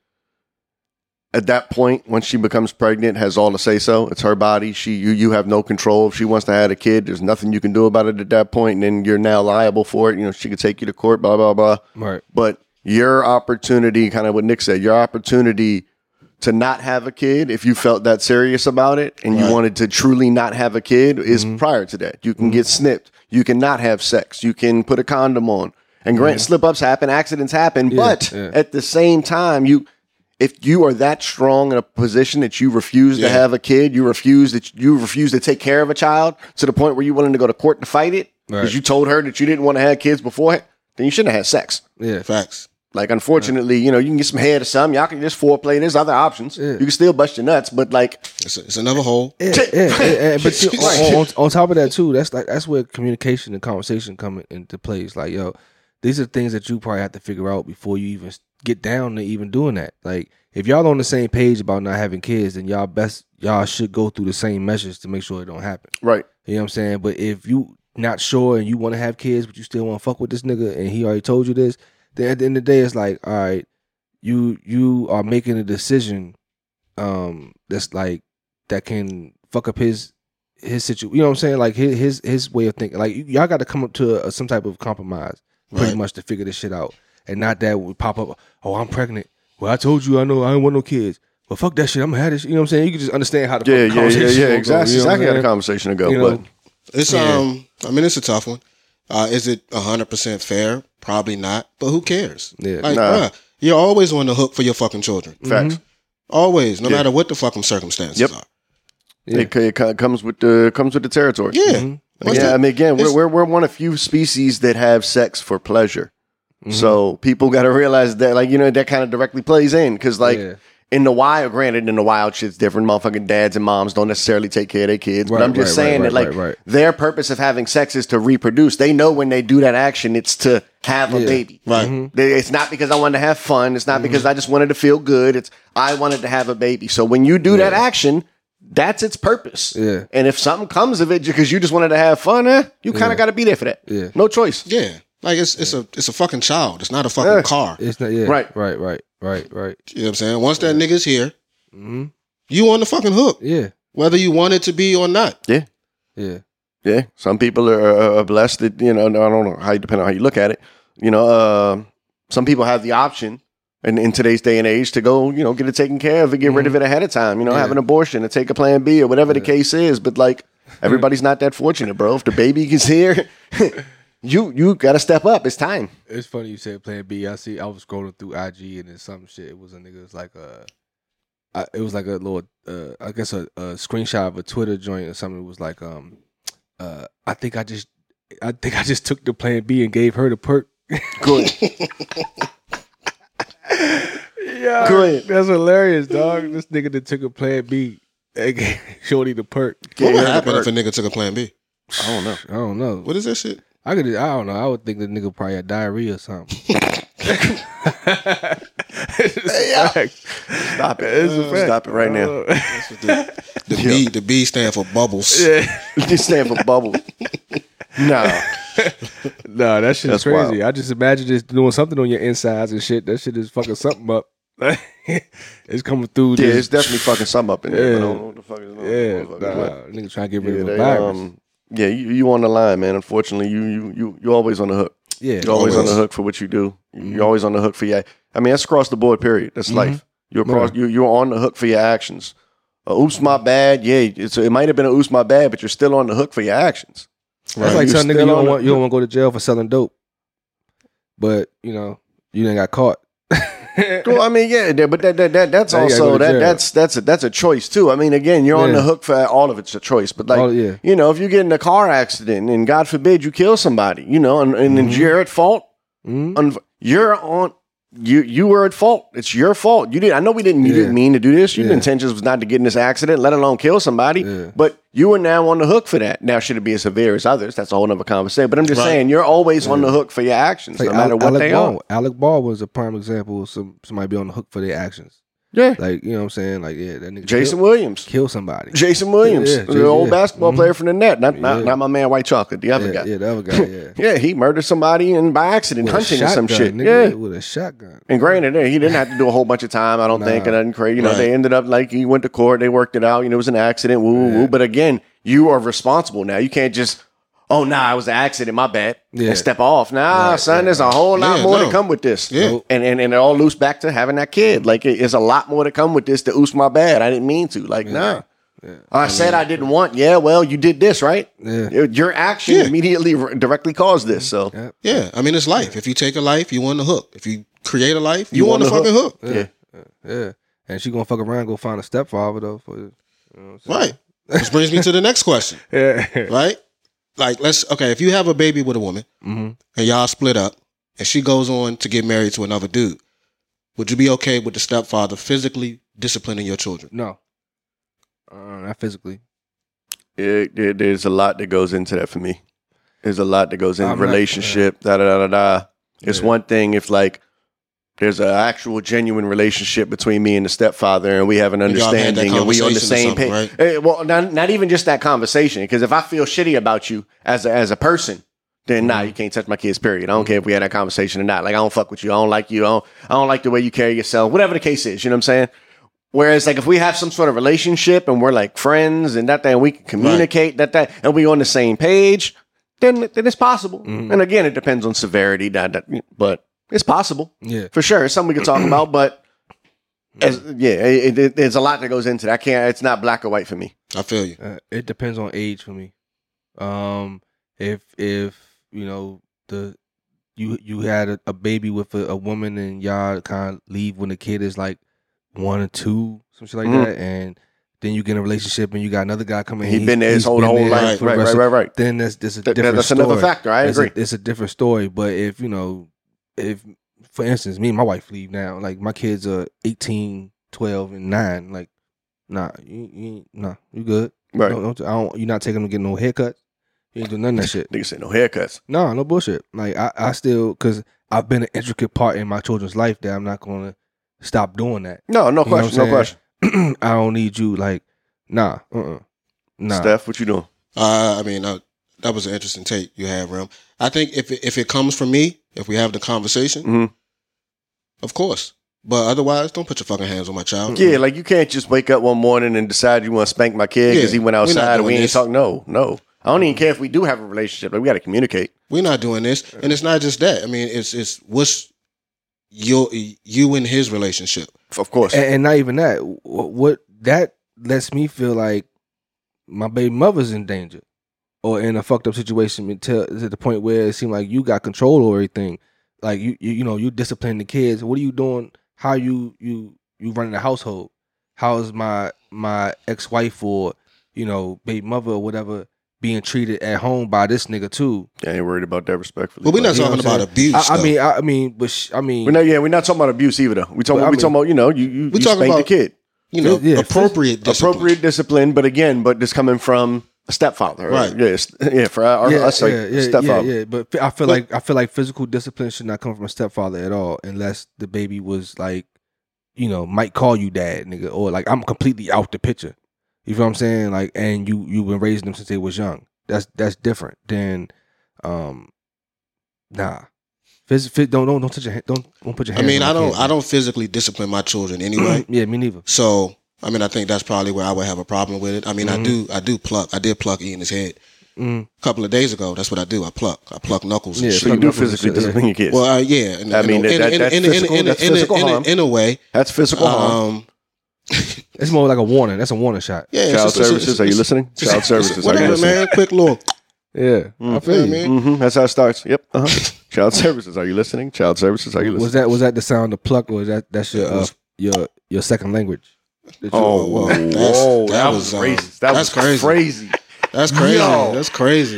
at that point, when she becomes pregnant, has all to say so. It's her body. She you you have no control. If she wants to have a kid, there's nothing you can do about it at that point, and then you're now liable for it. You know, she could take you to court, blah, blah, blah. Right. But your opportunity, kind of what Nick said, your opportunity to not have a kid, if you felt that serious about it and Right. you wanted to truly not have a kid, is Mhm. prior to that. You can Mhm. get snipped. You can not have sex. You can put a condom on. And grant slip ups happen, accidents happen. Yeah, but yeah. at the same time, you if you are that strong in a position that you refuse Yeah. to have a kid, you refuse that you refuse to take care of a child to the point where you're willing to go to court to fight it because Right. you told her that you didn't want to have kids before. then you shouldn't have had sex. Yeah. Facts. Like, unfortunately, you know, you can get some head or something. Y'all can just foreplay. There's other options. Yeah. You can still bust your nuts, but like, It's, it's another hole. Yeah, yeah, yeah, yeah, but you, Right. on, on, on top of that too, that's like that's where communication and conversation come in- into play. It's like, yo, these are things that you probably have to figure out before you even s- get down to even doing that. Like, if y'all on the same page about not having kids, then y'all best y'all should go through the same measures to make sure it don't happen. right. You know what I'm saying? But if you not sure and you want to have kids, but you still want to fuck with this nigga, and he already told you this, then at the end of the day, it's like, all right, you you are making a decision, um, that's like that can fuck up his his situation. You know what I'm saying? Like his his his way of thinking. Like y- y'all got to come up to a, some type of compromise, pretty Right. much, to figure this shit out, and not that would pop up. Oh, I'm pregnant. Well, I told you I know I don't want no kids. Well, fuck that shit. I'm gonna have this. You know what I'm saying? You can just understand how the Yeah, fuck yeah, yeah, conversation yeah. gonna go, Exactly. you know what I'm Exactly how the saying? conversation to go. You know, but It's Yeah. um. I mean, it's a tough one. Uh, is it hundred percent fair? Probably not. But who cares? Yeah. Like, Nah. bruh, you're always on the hook for your fucking children. Mm-hmm. facts. Always, no Yeah. matter what the fucking circumstances Yep. are. Yeah. It, it kinda comes with the comes with the territory. Yeah. Mhm. What's Mm-hmm. yeah, that- I mean, again, we're, it's- we're we're one of few species that have sex for pleasure. Mm-hmm. So people got to realize that, like you know, that kind of directly plays in because, like, Yeah. in the wild, granted, in the wild, shit's different. Motherfucking dads and moms don't necessarily take care of their kids, but Right, I'm just right, right, saying right, that, like, right, right. their purpose of having sex is to reproduce. They know when they do that action, it's to have a Yeah. baby. Right. They- It's not because I wanted to have fun. It's not Mm-hmm. because I just wanted to feel good. It's I wanted to have a baby. So when you do that action, that's its purpose. Yeah. And if something comes of it because you just wanted to have fun, eh, you kind of got to be there for that. Yeah. No choice. Yeah. Like it's it's a it's a fucking child. It's not a fucking Yeah. car. It's not yeah. Right. Right. Right. Right. Right. You know what I'm saying? Once that nigga's here, Mm-hmm. hmm you on the fucking hook, Yeah. whether you want it to be or not. Yeah. Yeah. Some people are, are are blessed that, you know, I don't know how you depend on how you look at it. You know, uh, some people have the option in, in today's day and age to go, you know, get it taken care of and get rid of it ahead of time, you know, have Yeah. an abortion and take a plan B or whatever the case is. But like everybody's not that fortunate, bro. If the baby is here, you you gotta step up. It's time. It's funny you said Plan B. I see. I was scrolling through IG and then some shit. It was a nigga. It was like a. I, it was like a little. Uh, I guess a, a screenshot of a Twitter joint or something. It was like um. Uh, I think I just. I think I just took the Plan B and gave her the perk. Good. Yeah. Good. That's hilarious, dog. this nigga that took a Plan B. and gave Shorty the perk. What Yeah, would the happen if perk. a nigga took a plan B? I don't know. I don't know. What is that shit? I could. I don't know. I would think the nigga probably had diarrhea or something. Stop it. Uh, Stop it right now. Uh, The B the B stand for bubbles. Just stand for bubble. no. Nah, that shit is That's crazy. I just imagine this doing something on your insides and shit. That shit is fucking something up. it's coming through. Yeah, just- it's definitely fucking something up in there. but I Yeah. don't know what the fuck is going on. yeah. Motherfucker, Nah, what? nigga trying to get rid Yeah, of a they, virus. um, yeah, you, you on the line, man. Unfortunately, you you you you always on the hook. yeah, Mm-hmm. You're always, on Always. the hook for what you do. You're always on the hook for your. I mean, that's across the board. Period. That's life. You're across, you you're on the hook for your actions. Uh, oops, my bad. Yeah, it's, it might have been a oops, my bad, but you're still on the hook for your actions. That's Right. like You telling nigga still you on don't the- want you don't want to go to jail for selling dope, but you know you didn't got caught. Well, I mean, yeah, that- but that, that, that that's Now you gotta also go to that jail. that's that's a, that's a choice too. I mean, again, you're on Yeah. the hook for all of it's a choice, but like, All- yeah. you know, if you get in a car accident and God forbid you kill somebody, you know, and, Mm-hmm. and then you're at fault, Mhm. un- you're on. You you were at fault. It's your fault. You did. I know we didn't. You Yeah. didn't mean to do this. Your Yeah. intentions was not to get in this accident, let alone kill somebody. Yeah. But you are now on the hook for that. Now should it be as severe as others? That's a whole other conversation. But I'm just Right. saying, you're always on the hook for your actions, Like no matter Al- what Alec they Ball. are. Alec Ball was a prime example of some somebody be on the hook for their actions. Yeah, Like you know what I'm saying? Like yeah, that nigga Jason killed, Williams. killed somebody. Jason Williams, Yeah, yeah, the Jason- old yeah. basketball Mhm. player from the net, not not, Yeah. not my man White Chocolate, the other yeah, guy. Yeah. yeah, the other guy. Yeah, he murdered somebody and by accident, With a hunting or some shotgun, shit. Nigga, Yeah. with a shotgun. And granted, eh, he didn't have to do a whole bunch of time, I don't think, and Nah. nothing crazy. You know, Right. they ended up like he went to court, they worked it out. You know, it was an accident, woo, woo, woo. But again, you are responsible now. You can't just, oh, nah, it was an accident, my bad, Yeah. and step off. Nah, Right, son, yeah. there's a whole lot Yeah, more to no. come with this. Yeah. Nope. And, and and it all loops back to having that kid. Like it, it's a lot more to come with this. The oops, my bad. I didn't mean to. Like nah, I, said I didn't want. Yeah, well, you did this right. Yeah. Your- Your action Yeah. immediately r- directly caused this. So Yeah. Yeah. I mean it's life. If you take a life, you on the hook. If you create a life, you, You on the, fucking hook. yeah, Yeah, and she gonna fuck around, and go find a stepfather though. For, you know what I'm Right. Which brings me to the next question. saying? Yeah. Right? Like let's okay, if you have a baby with a woman Mhm. and y'all split up and she goes on to get married to another dude, would you be okay with the stepfather physically disciplining your children? No, uh, not physically. It, it- there's a lot that goes into that for me. There's a lot that goes into I'm not- relationship. Da da da da da. It's Yeah. one thing if like there's an actual genuine relationship between me and the stepfather, and we have an And y'all had that understanding, and we on the conversation same or page. something, Eh, well, not, not even just that conversation, because if I feel shitty about you as a, as a person, then Mm-hmm. nah, you can't touch my kids. Period. I don't care if we had that conversation or not. Like I don't fuck with you. I don't like you. I don't, I don't like the way you carry yourself. Whatever the case is, you know what I'm saying. Whereas, like, if we have some sort of relationship and we're like friends and that, that we can communicate that, that, and we on the same page, then then it's possible. Mm-hmm. And again, it depends on severity. That, that, but it's possible Yeah, for sure. It's something we can talk about, but as, yeah, it, it, there's a lot that goes into that. I can't. It's not black or white for me. I feel you. uh, it depends on age for me. Um, if if you know the you you had a, a baby with a, a woman and y'all kind of leave when the kid is like one or two, some shit like Mhm. that, and then you get in a relationship and you got another guy coming. He been there his whole- whole life. for the Right, rest right, of- right, right. Then that's that's a That- different that's story. another factor. I it's agree. A, it's a different story. But if you know, if for instance, me and my wife leave now, like my kids are 18, 12, and nine. Like, nah, you, you ain't- nah, you good. right. Don't, don't, I don't, you're not taking them to get no haircuts. You ain't doing none of that shit. Niggas say no haircuts. No, no bullshit. Like I, I still because I've been an intricate part in my children's life that I'm not gonna stop doing that. No, no You know what question. I'm No question. saying? I don't need you. Like, nah, uh-uh, nah. Steph, what you doing? Uh, I mean, uh, that was an interesting take you had, Rim. I think if it, if it comes from me, if we have the conversation, Mm-hmm. Mhm. of course. But otherwise, don't put your fucking hands on my child. Yeah, like you can't just wake up one morning and decide you want to spank my kid because he Yeah, went we're not outside and we doing ain't this. talking. No, no. I don't even care if we do have a relationship. Like we got to communicate. We're not doing this, and it's not just that. I mean, it's it's what's your you and his relationship. Of course. and, and not even that. Wh- What that lets me feel like my baby mother's in danger or in a fucked up situation until to the point where it seemed like you got control over everything. Like you, you, you know, you discipline the kids. What are you doing? How you you you running the household? How is my my ex wife or you know baby mother or whatever being treated at home by this nigga too? I ain't worried about that respectfully. But we're not You know talking what I'm about abuse. I, I though. mean, I, I mean, but sh- I mean, We're not, yeah, we're not talking about abuse either. though. We talking, But I we mean- talking about you know, you you, We you talking spank about the kid, you know, Yeah, yeah. appropriate discipline. appropriate discipline, but again, but this coming from a stepfather, or- Right. Yeah, it's- yeah, for our, our us, like, stepfather. Yeah, yeah, but I feel But- like I feel like physical discipline should not come from a stepfather at all, unless the baby was like, you know, might call you dad, nigga, or like I'm completely out the picture. You feel what I'm saying? Like, and you you've been raising them since they was young. That's that's different than, um, nah. Phys- phys- don't don't don't touch your hand, don't don't put your I hands. mean, on I my don't kids, I man. don't physically discipline my children anyway. Yeah, me neither. So I mean, I think that's probably where I would have a problem with it. I mean, I Mhm. do I do pluck. I did pluck Ian his head Mm, a couple of days ago. That's what I do. I pluck. I pluck knuckles and Yeah, shit. So you do Fucking up with physically the shit, discipline your kids. Well, uh, yeah. In, I in- mean, in, that- in- that's in- in- physical- in- that's in- in- physical in- harm. in a way. That's physical harm. Um, it's more like a warning. That's a warning shot. yeah, it's Child just- it's- services, it's- are you it's- listening? it's- Child it's- services, are you Whatever, listening? man. Quick look. Yeah, I You feel know what I you. mean? hmm That's how it starts. Yep. Uh-huh. Child services, are you listening? Child services, are you listening? Was that was that the sound of pluck, or is that that's your uh, your your second language? That you- Oh, Whoa, whoa, that's- that, that was, was, um, racist. That that's was crazy. crazy. That's crazy. Yo. That's crazy.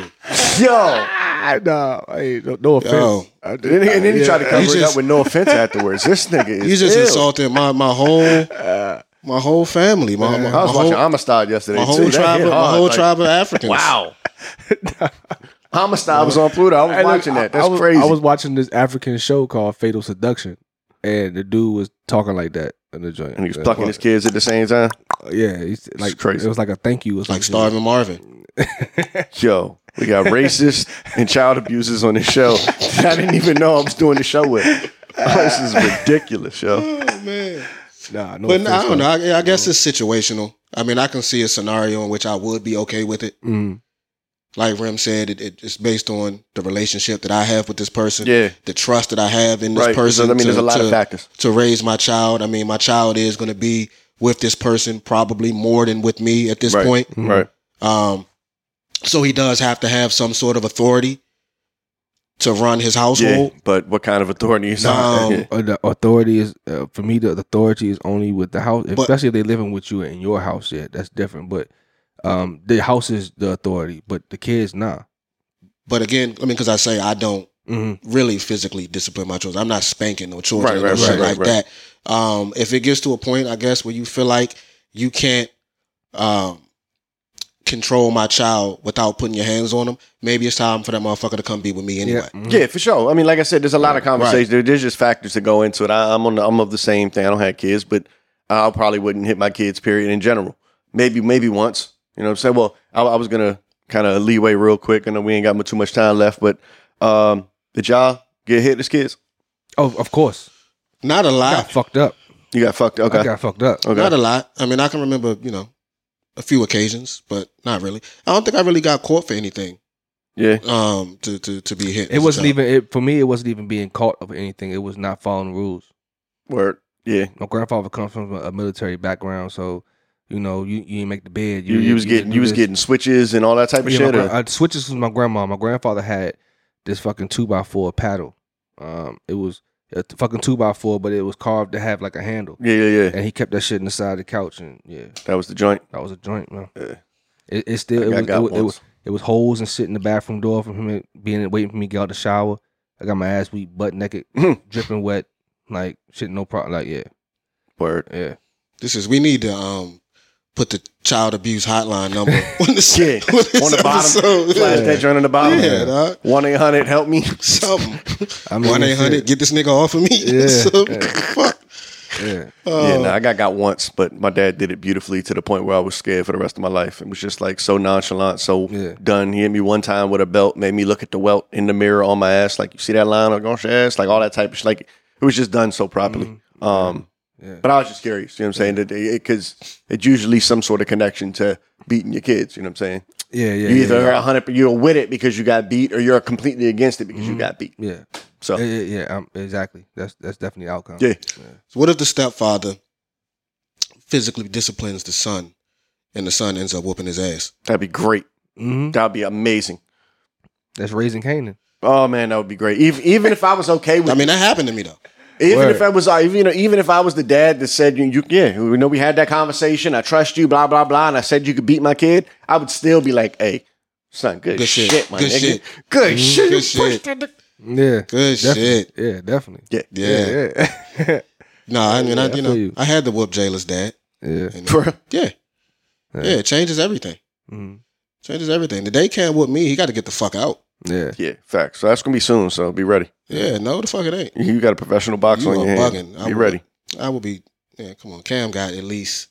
Yo. Ah, nah, hey, no, no offense. Yo. I And then, did- he- and then he yeah, tried to cover You it just- up with no offense afterwards. This nigga is. You just ill. Uh, insulted my my whole my whole family. My, my, I was my watching whole, Amistad yesterday. my too. whole That tribe. hit Of, my hard. whole Like, tribe of Africans. Wow. Amistad was on Pluto. I was uh, Hey, look, watching that. That's I was, crazy. I was watching this African show called Fatal Seduction, and the dude was talking like that in the joint. and he was Uh, plucking his kids at the same time. Yeah, he's like crazy. It was like a thank you. It was Like starving Marvin. Yo, we got racist and child abusers on this show. I didn't even know I was doing the show with. Oh, this is ridiculous, yo. Oh man. Nah, no But offense, no, I don't know. though. I, I guess it's situational. I mean, I can see a scenario in which I would be okay with it. Mm, Like Rem said, it, it, it's based on the relationship that I have with this person, Yeah. the trust that I have in this Right. person. So, I mean, to- there's a lot to, of factors. to raise my child. I mean, my child is going to be with this person probably more than with me at this Right. point. mm. Right. Um, so he does have to have some sort of authority to run his Yeah. household. But what kind of authority is Um, that? Uh, the authority is uh, for me. The authority is only with the house, But- especially if they living with you in your house. Yeah, that's different. But um, the house is the authority, but the kids nah. But again, I mean, because I say I don't hmm really physically discipline my children. I'm not spanking no children Right, or right, shit right, right, like right. that. Um, if it gets to a point, I guess, where you feel like you can't um, control my child without putting your hands on them, maybe it's time for that motherfucker to come be with me anyway. mhm. Yeah, for sure. I mean, like I said, there's a lot of conversations. There There's just factors that go into it. I, I'm on. The, I'm of the same thing. I don't have kids, but I probably wouldn't hit my kids. Period. In general, maybe maybe once. You know what I'm saying? Well, I, I was gonna kind of leeway real quick. I know we ain't got mu- too much time left, but um, did y'all get hit as kids? Oh, of course. Not a I lot. got fucked up. You got fucked. Ah. Okay. I got fucked up. Okay. Not a lot. I mean, I can remember, you know, a few occasions, but not really. I don't think I really got caught for anything Yeah. um, to, to, to be hit. as It a wasn't child. even it, for me. It wasn't even being caught of anything. It was not following rules. Word. Yeah. My grandfather comes from a military background, so you know you you didn't make the bed. You, you was didn't getting do you was this. getting switches and all that type of Yeah, my shit. gran- or- I, switches with my grandma. My grandfather had this fucking two by four paddle. Um, it was a t- fucking two by four, but it was carved to have like a handle, yeah, yeah, yeah. and he kept that shit in the side of the couch, and yeah, That was the joint. that was a joint, man. Yeah. It, it still I it was, got it, got was, it once. was it was holes and shit in the bathroom door from him being waiting for me to get out the shower. I got my ass weak, butt naked, Hmm. dripping wet, like shit, no problem. Like yeah, Word. yeah. This is we need to um put the child abuse hotline number on the Yeah. shit on on the bottom. Flash Yeah, that joint on the bottom. yeah dog. One eight hundred. Help me. Something. I mean, One eight hundred. shit, Get this nigga off of me. Yeah, So, yeah. Fuck. Yeah. Oh, Yeah, nah, I got got once, but my dad did it beautifully to the point where I was scared for the rest of my life. It was just like so nonchalant, so Yeah. done. He hit me one time with a belt, made me look at the welt in the mirror on my ass, like you see that line across your ass, like all that type of shit. Like it was just done so properly. Um, Mm-hmm. Yeah. but I was just curious, you know what I'm saying? That because it's usually some sort of connection to beating your kids. You know what I'm saying? Yeah, yeah, you yeah, either yeah. are 100, you're with it because you got beat, or you're completely against it Mm-hmm. because you got beat. Yeah, So yeah, yeah, yeah. Um, exactly. That's that's definitely the outcome. yeah, So what if the stepfather physically disciplines the son, and the son ends up whooping his ass? that'd be great. hmm That'd be amazing. That's raising Canaan. Oh man, that would be great. Even even if I was okay with I mean, that happened to me though. Even Word. if I was, I- even even if I was the dad that said, you, you, yeah, we know we had that conversation. I trust you, blah blah blah, and I said you could beat my kid. I would still be like, hey, son, good, Good shit. shit, my Good nigga, shit. Mm-hmm. good shit, Good you shit. pushed that nigga." Yeah, Good shit. Yeah, definitely. Yeah, Yeah. yeah, No, I mean, Yeah, I, I you feel know, you. I had to whoop Jayla's dad. yeah. And, For real. yeah. yeah. It changes everything. hmm Changes everything. The day can't whoop me. He got to get the fuck out. yeah. yeah, facts. So that's gonna be soon. So be ready. Yeah, no, the fuck it ain't. You got a professional box You on are your hand. bugging. I Be would- ready. I will be. Yeah, come on. Cam got at least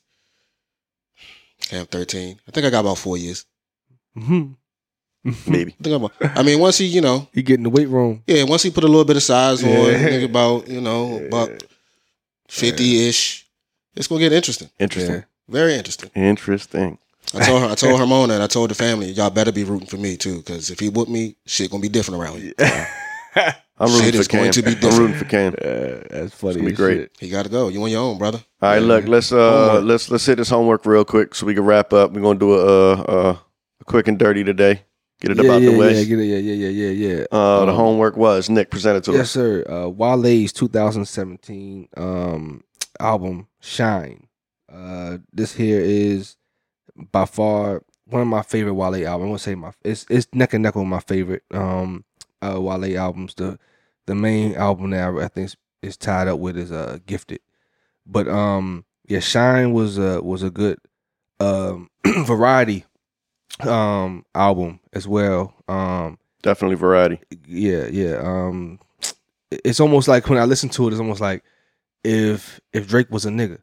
Cam thirteen. I think I got about four years. hmm Maybe I think I'm. a- I mean, once he, you know, He get in the weight room. yeah, once he put a little bit of size on, Yeah. think about you know about fifty ish. It's gonna get interesting. interesting. Very interesting. Interesting. I told her. I told Hermona and I told the family, y'all better be rooting for me too, because if he whoop me, shit gonna be different around here. I'm Shit rooting for is Cam. going to be I'm different. rooting for Cam. Uh, that's funny. gonna be as great. shit. You gotta go. You on your own, brother. All right, Yeah. look, let's uh let's let's hit this homework real quick so we can wrap up. We're gonna do a uh, uh a quick and dirty today. Get it yeah, about yeah, the way. Yeah, get it, yeah, yeah, yeah, yeah, yeah. uh the Um, homework was Nick presented to Yes, us. sir. Uh, Wale's 2017 um, album Shine. Uh, this here is by far one of my favorite Wale albums. I'm gonna say my it's it's neck and neck with my favorite um, uh, Wale albums. The the main album that I, I think is, is tied up with is uh, Gifted, but um yeah, Shine was a was a good um, variety um album as well. Um, Definitely variety. yeah, yeah. Um, it- it's almost like when I listen to it, it's almost like if if Drake was a nigga,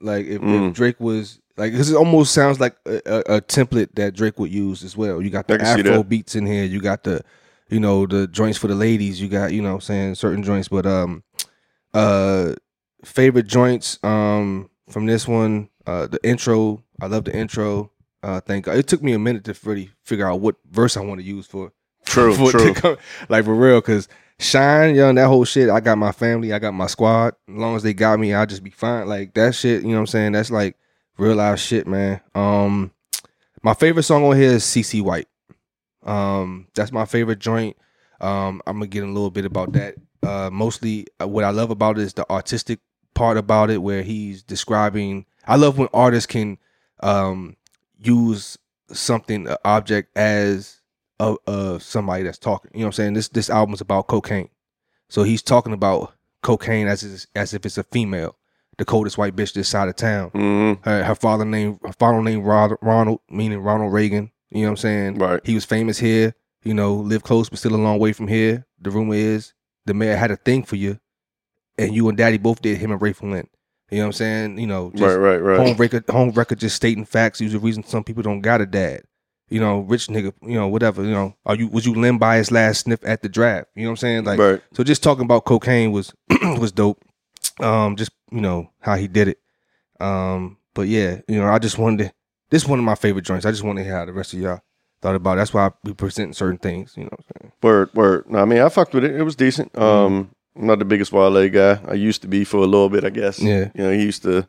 like if, Mm. if Drake was like, because it almost sounds like a, a, a template that Drake would use as well. You got I the can see Afro that. beats in here, you got the, you know, the joints for the ladies, you got you know, what I'm saying certain joints, but um, uh, favorite joints um from this one, uh, the intro. I love the intro. Uh, thank God. It took me a minute to really figure out what verse I want to use for True, for it to true. come- like for real, because shine, yo, and that whole shit. I got my family, I got my squad. As long as they got me, I'll just be fine. Like that shit, you know what I'm saying? That's like real life shit, man. Um, my favorite song on here is CC White. Um, that's my favorite joint. Um, I'm gonna get in a little bit about that. Uh, mostly uh, what I love about it is the artistic part about it, where he's describing. I love when artists can um use something, an object as of, of somebody that's talking. You know what I'm saying? This this album's about cocaine. So he's talking about cocaine as is, as if it's a female, the coldest white bitch this side of town. Mm-hmm. Her, her father name her father name Rod, Ronald, meaning Ronald Reagan. You know what I'm saying? Right. He was famous here, you know, lived close but still a long way from here. The rumor is the mayor had a thing for you, and you and daddy both did him and Rayful Lynn. You know what I'm saying? You know, just right. Right. Right. home record home record just stating facts. He's the reason some people don't got a dad. You know, rich nigga, you know, whatever, you know. Are you was you Lynn by his last sniff at the draft? You know what I'm saying? Like right. so just talking about cocaine was was dope. Um, just you know how he did it. Um, but yeah, you know, I just wanted to, this is one of my favorite joints. I just want to hear how the rest of y'all thought about. it. That's why I be presenting certain things. You know, what I'm saying? Word, word. No, I mean, I fucked with it. It was decent. Mm-hmm. Um, I'm not the biggest Wale guy. I used to be for a little bit, I guess. Yeah. You know, he used to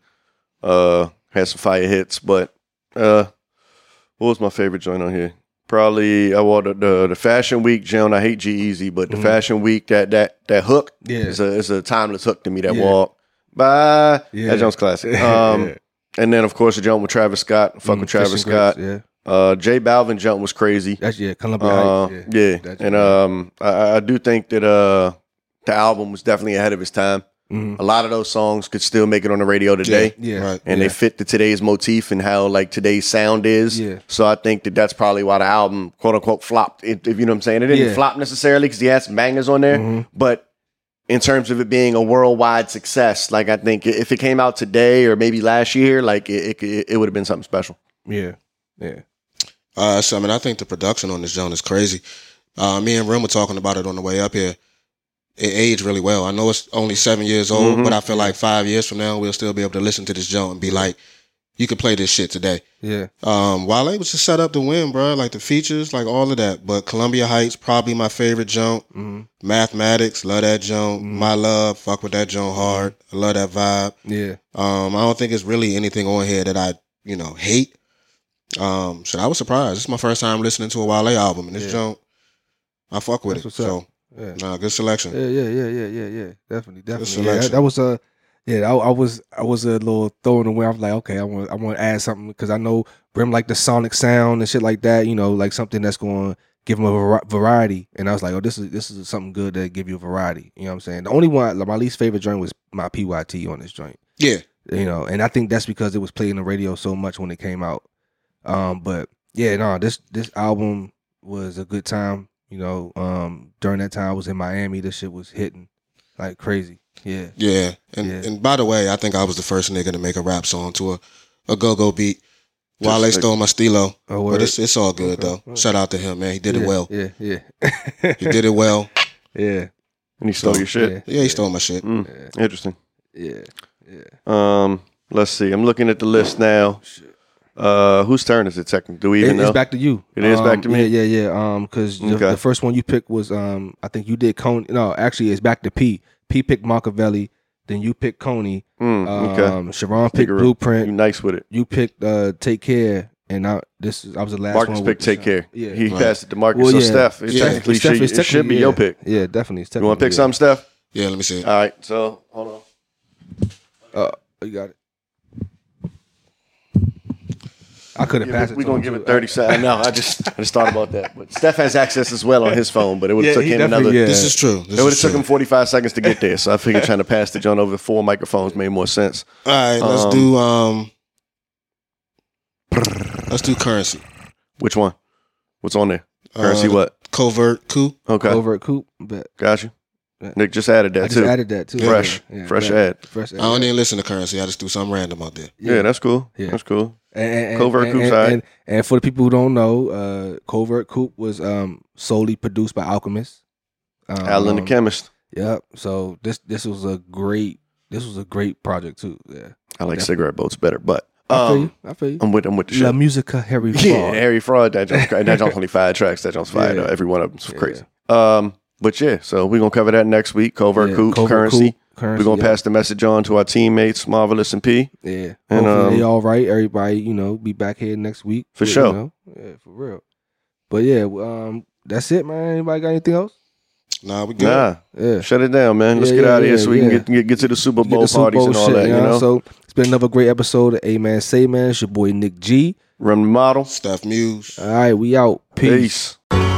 uh had some fire hits, but uh, what was my favorite joint on here? Probably I wore the the, the Fashion Week joint. I hate G Easy, but the Mhm. Fashion Week that that that hook yeah, is a is a timeless hook to me. That Yeah. walk bye. Yeah. That joint's classic. Um, Yeah. and then of course the joint with Travis Scott. Fuck Mm, with Travis Christian Scott. Grapes, yeah, Uh, J Balvin joint was crazy. that's yeah, Columbia. Uh, Heights, yeah. yeah, That's and right. um, I- I, I do think that uh, the album was definitely ahead of its time. Mhm. A lot of those songs could still make it on the radio today, yeah, Right. and yeah. they fit the today's motif and how like today's sound is. Yeah. So I think that that's probably why the album quote unquote flopped. It, if you know what I'm saying, it didn't Yeah. flop necessarily because he had some bangers on there, Mhm. but. In terms of it being a worldwide success, like I think i- if it came out today or maybe last year, like it, it, it would have been something special. yeah, yeah, Uh, so I mean, I think the production on this joint is crazy. Uh, me and Rim were talking about it on the way up here. It aged really well. I know it's only seven years old, Mm-hmm. Mhm. but I feel like five years from now we'll still be able to listen to this joint and be like, "You could play this shit today." yeah. Um, Wale was just set up to win, bro. Like the features, like all of that. But Columbia Heights probably my favorite joint. Mhm. Mathematics, love that joint. Mhm. My love, fuck with that joint hard. I love that vibe. yeah. Um, I don't think it's really anything on here that I, you know, hate. Um, so I was surprised. This is my first time listening to a Wale album, and this Yeah. joint, I fuck with That's what's it. up. So, yeah. nah, good selection. Yeah, yeah, yeah, yeah, yeah, yeah. Definitely, definitely. Yeah, selection. that, that was a yeah. I, I was I was a little thrown away. I was like, okay, I want I want to add something because I know Brim like the sonic sound and shit like that. You know, like something that's going to give him a var- variety. And I was like, oh, this is this is something good that give you variety. You know what I'm saying? The only one like, my least favorite joint was my PYT on this joint. Yeah. You know, and I think that's because it was played on the radio so much when it came out. Um, but yeah, no, this this album was a good time. You know, um, during that time I was in Miami. This shit was hitting like crazy. Yeah, Yeah. And Yeah. and by the way, I think I was the first nigga to make a rap song to a, a go go beat. Just Wale like- stole my stilo, oh, but it's it's all good Okay. though. Word. Shout out to him, man. He did yeah, it well. Yeah, yeah, He did it well. yeah, And he stole your shit. yeah, Yeah, he stole my shit. Mm, yeah, interesting. yeah, yeah. Um, let's see. I'm looking at the list now. Shit. Uh, whose turn is it technically? Do we It- even know? it's back to you. It is Um, back to me? Yeah, yeah, yeah. Um, because the, Okay. the first one you picked was um, I think you did Coney. No, actually, it's back to P. P picked Machiavelli, then you picked Coney. Mm, okay. Um, Sharon picked Figure it. you Blueprint. nice with it. You picked uh, Take Care, and I this is I was the last Marcus one. picked with Take this Care. one. Yeah. He Right. passed it to Marcus. Well, so yeah. Steph, it Yeah. technically It's definitely- should, it's it should technically- be yeah. your pick. Yeah, definitely. It's You want to pick technically- something, Steph? Yeah, let me see. All right. So hold on. Uh, you got it. I could have Give passed it- it. We're to gonna him, give too. it 30 seconds. No, I just I just thought about that. But Steph has access as well on his phone, but it would Yeah, have took he him definitely- another. yeah. This is true. This It would have is true. took him 45 seconds to get there. So I figured trying to pass the joint over four microphones made more sense. All right, let's Um, do um, let's do currency. Which one? What's on there? Uh, Currency what? Covert coup. Okay. Covert Coop, but Got you. Yeah. Nick just added I that just too. added that too. Fresh. Yeah, yeah, Fresh yeah. ad. Fresh. I don't even listen to currency. I just do something random out there. Yeah, that's cool. Yeah. That's cool. And- and- and- Covert and, Coop's and, alright. and, and for the people who don't know, uh, Covert Coop was um, solely produced by Alchemist. Um, Alan the chemist. Yep. So this this was a great this was a great project too. Yeah. I like yeah. cigarette boats better, but I feel um, you. I feel you. I'm with I'm with the La shit. Musica Harry Yeah, Fraud. Harry Fraud. That joint's cra- that joint's only five tracks. That joint's fire. Yeah. though. Every one of them's Yeah. crazy. Um, but yeah, so we're gonna cover that next week. Covert Yeah, coup Covert currency. Coop, currency. We're gonna yep. pass the message on to our teammates, Marvelous and P. Yeah. And, Hopefully they um, all right. Everybody, you know, be back here next week. For you sure. know. Yeah, for real. But yeah, um, that's it, man. Anybody got anything else? Nah, we good. Nah, Yeah. shut it down, man. Let's Yeah, get yeah, out of here yeah, so we yeah. can get, get get to the Super Get Bowl the Super parties Bowl and all shit, that. You know, So it's been another great episode of A Man Say Man. It's your boy Nick G. run the model. Steph Muse. All right, we out. Peace. Peace.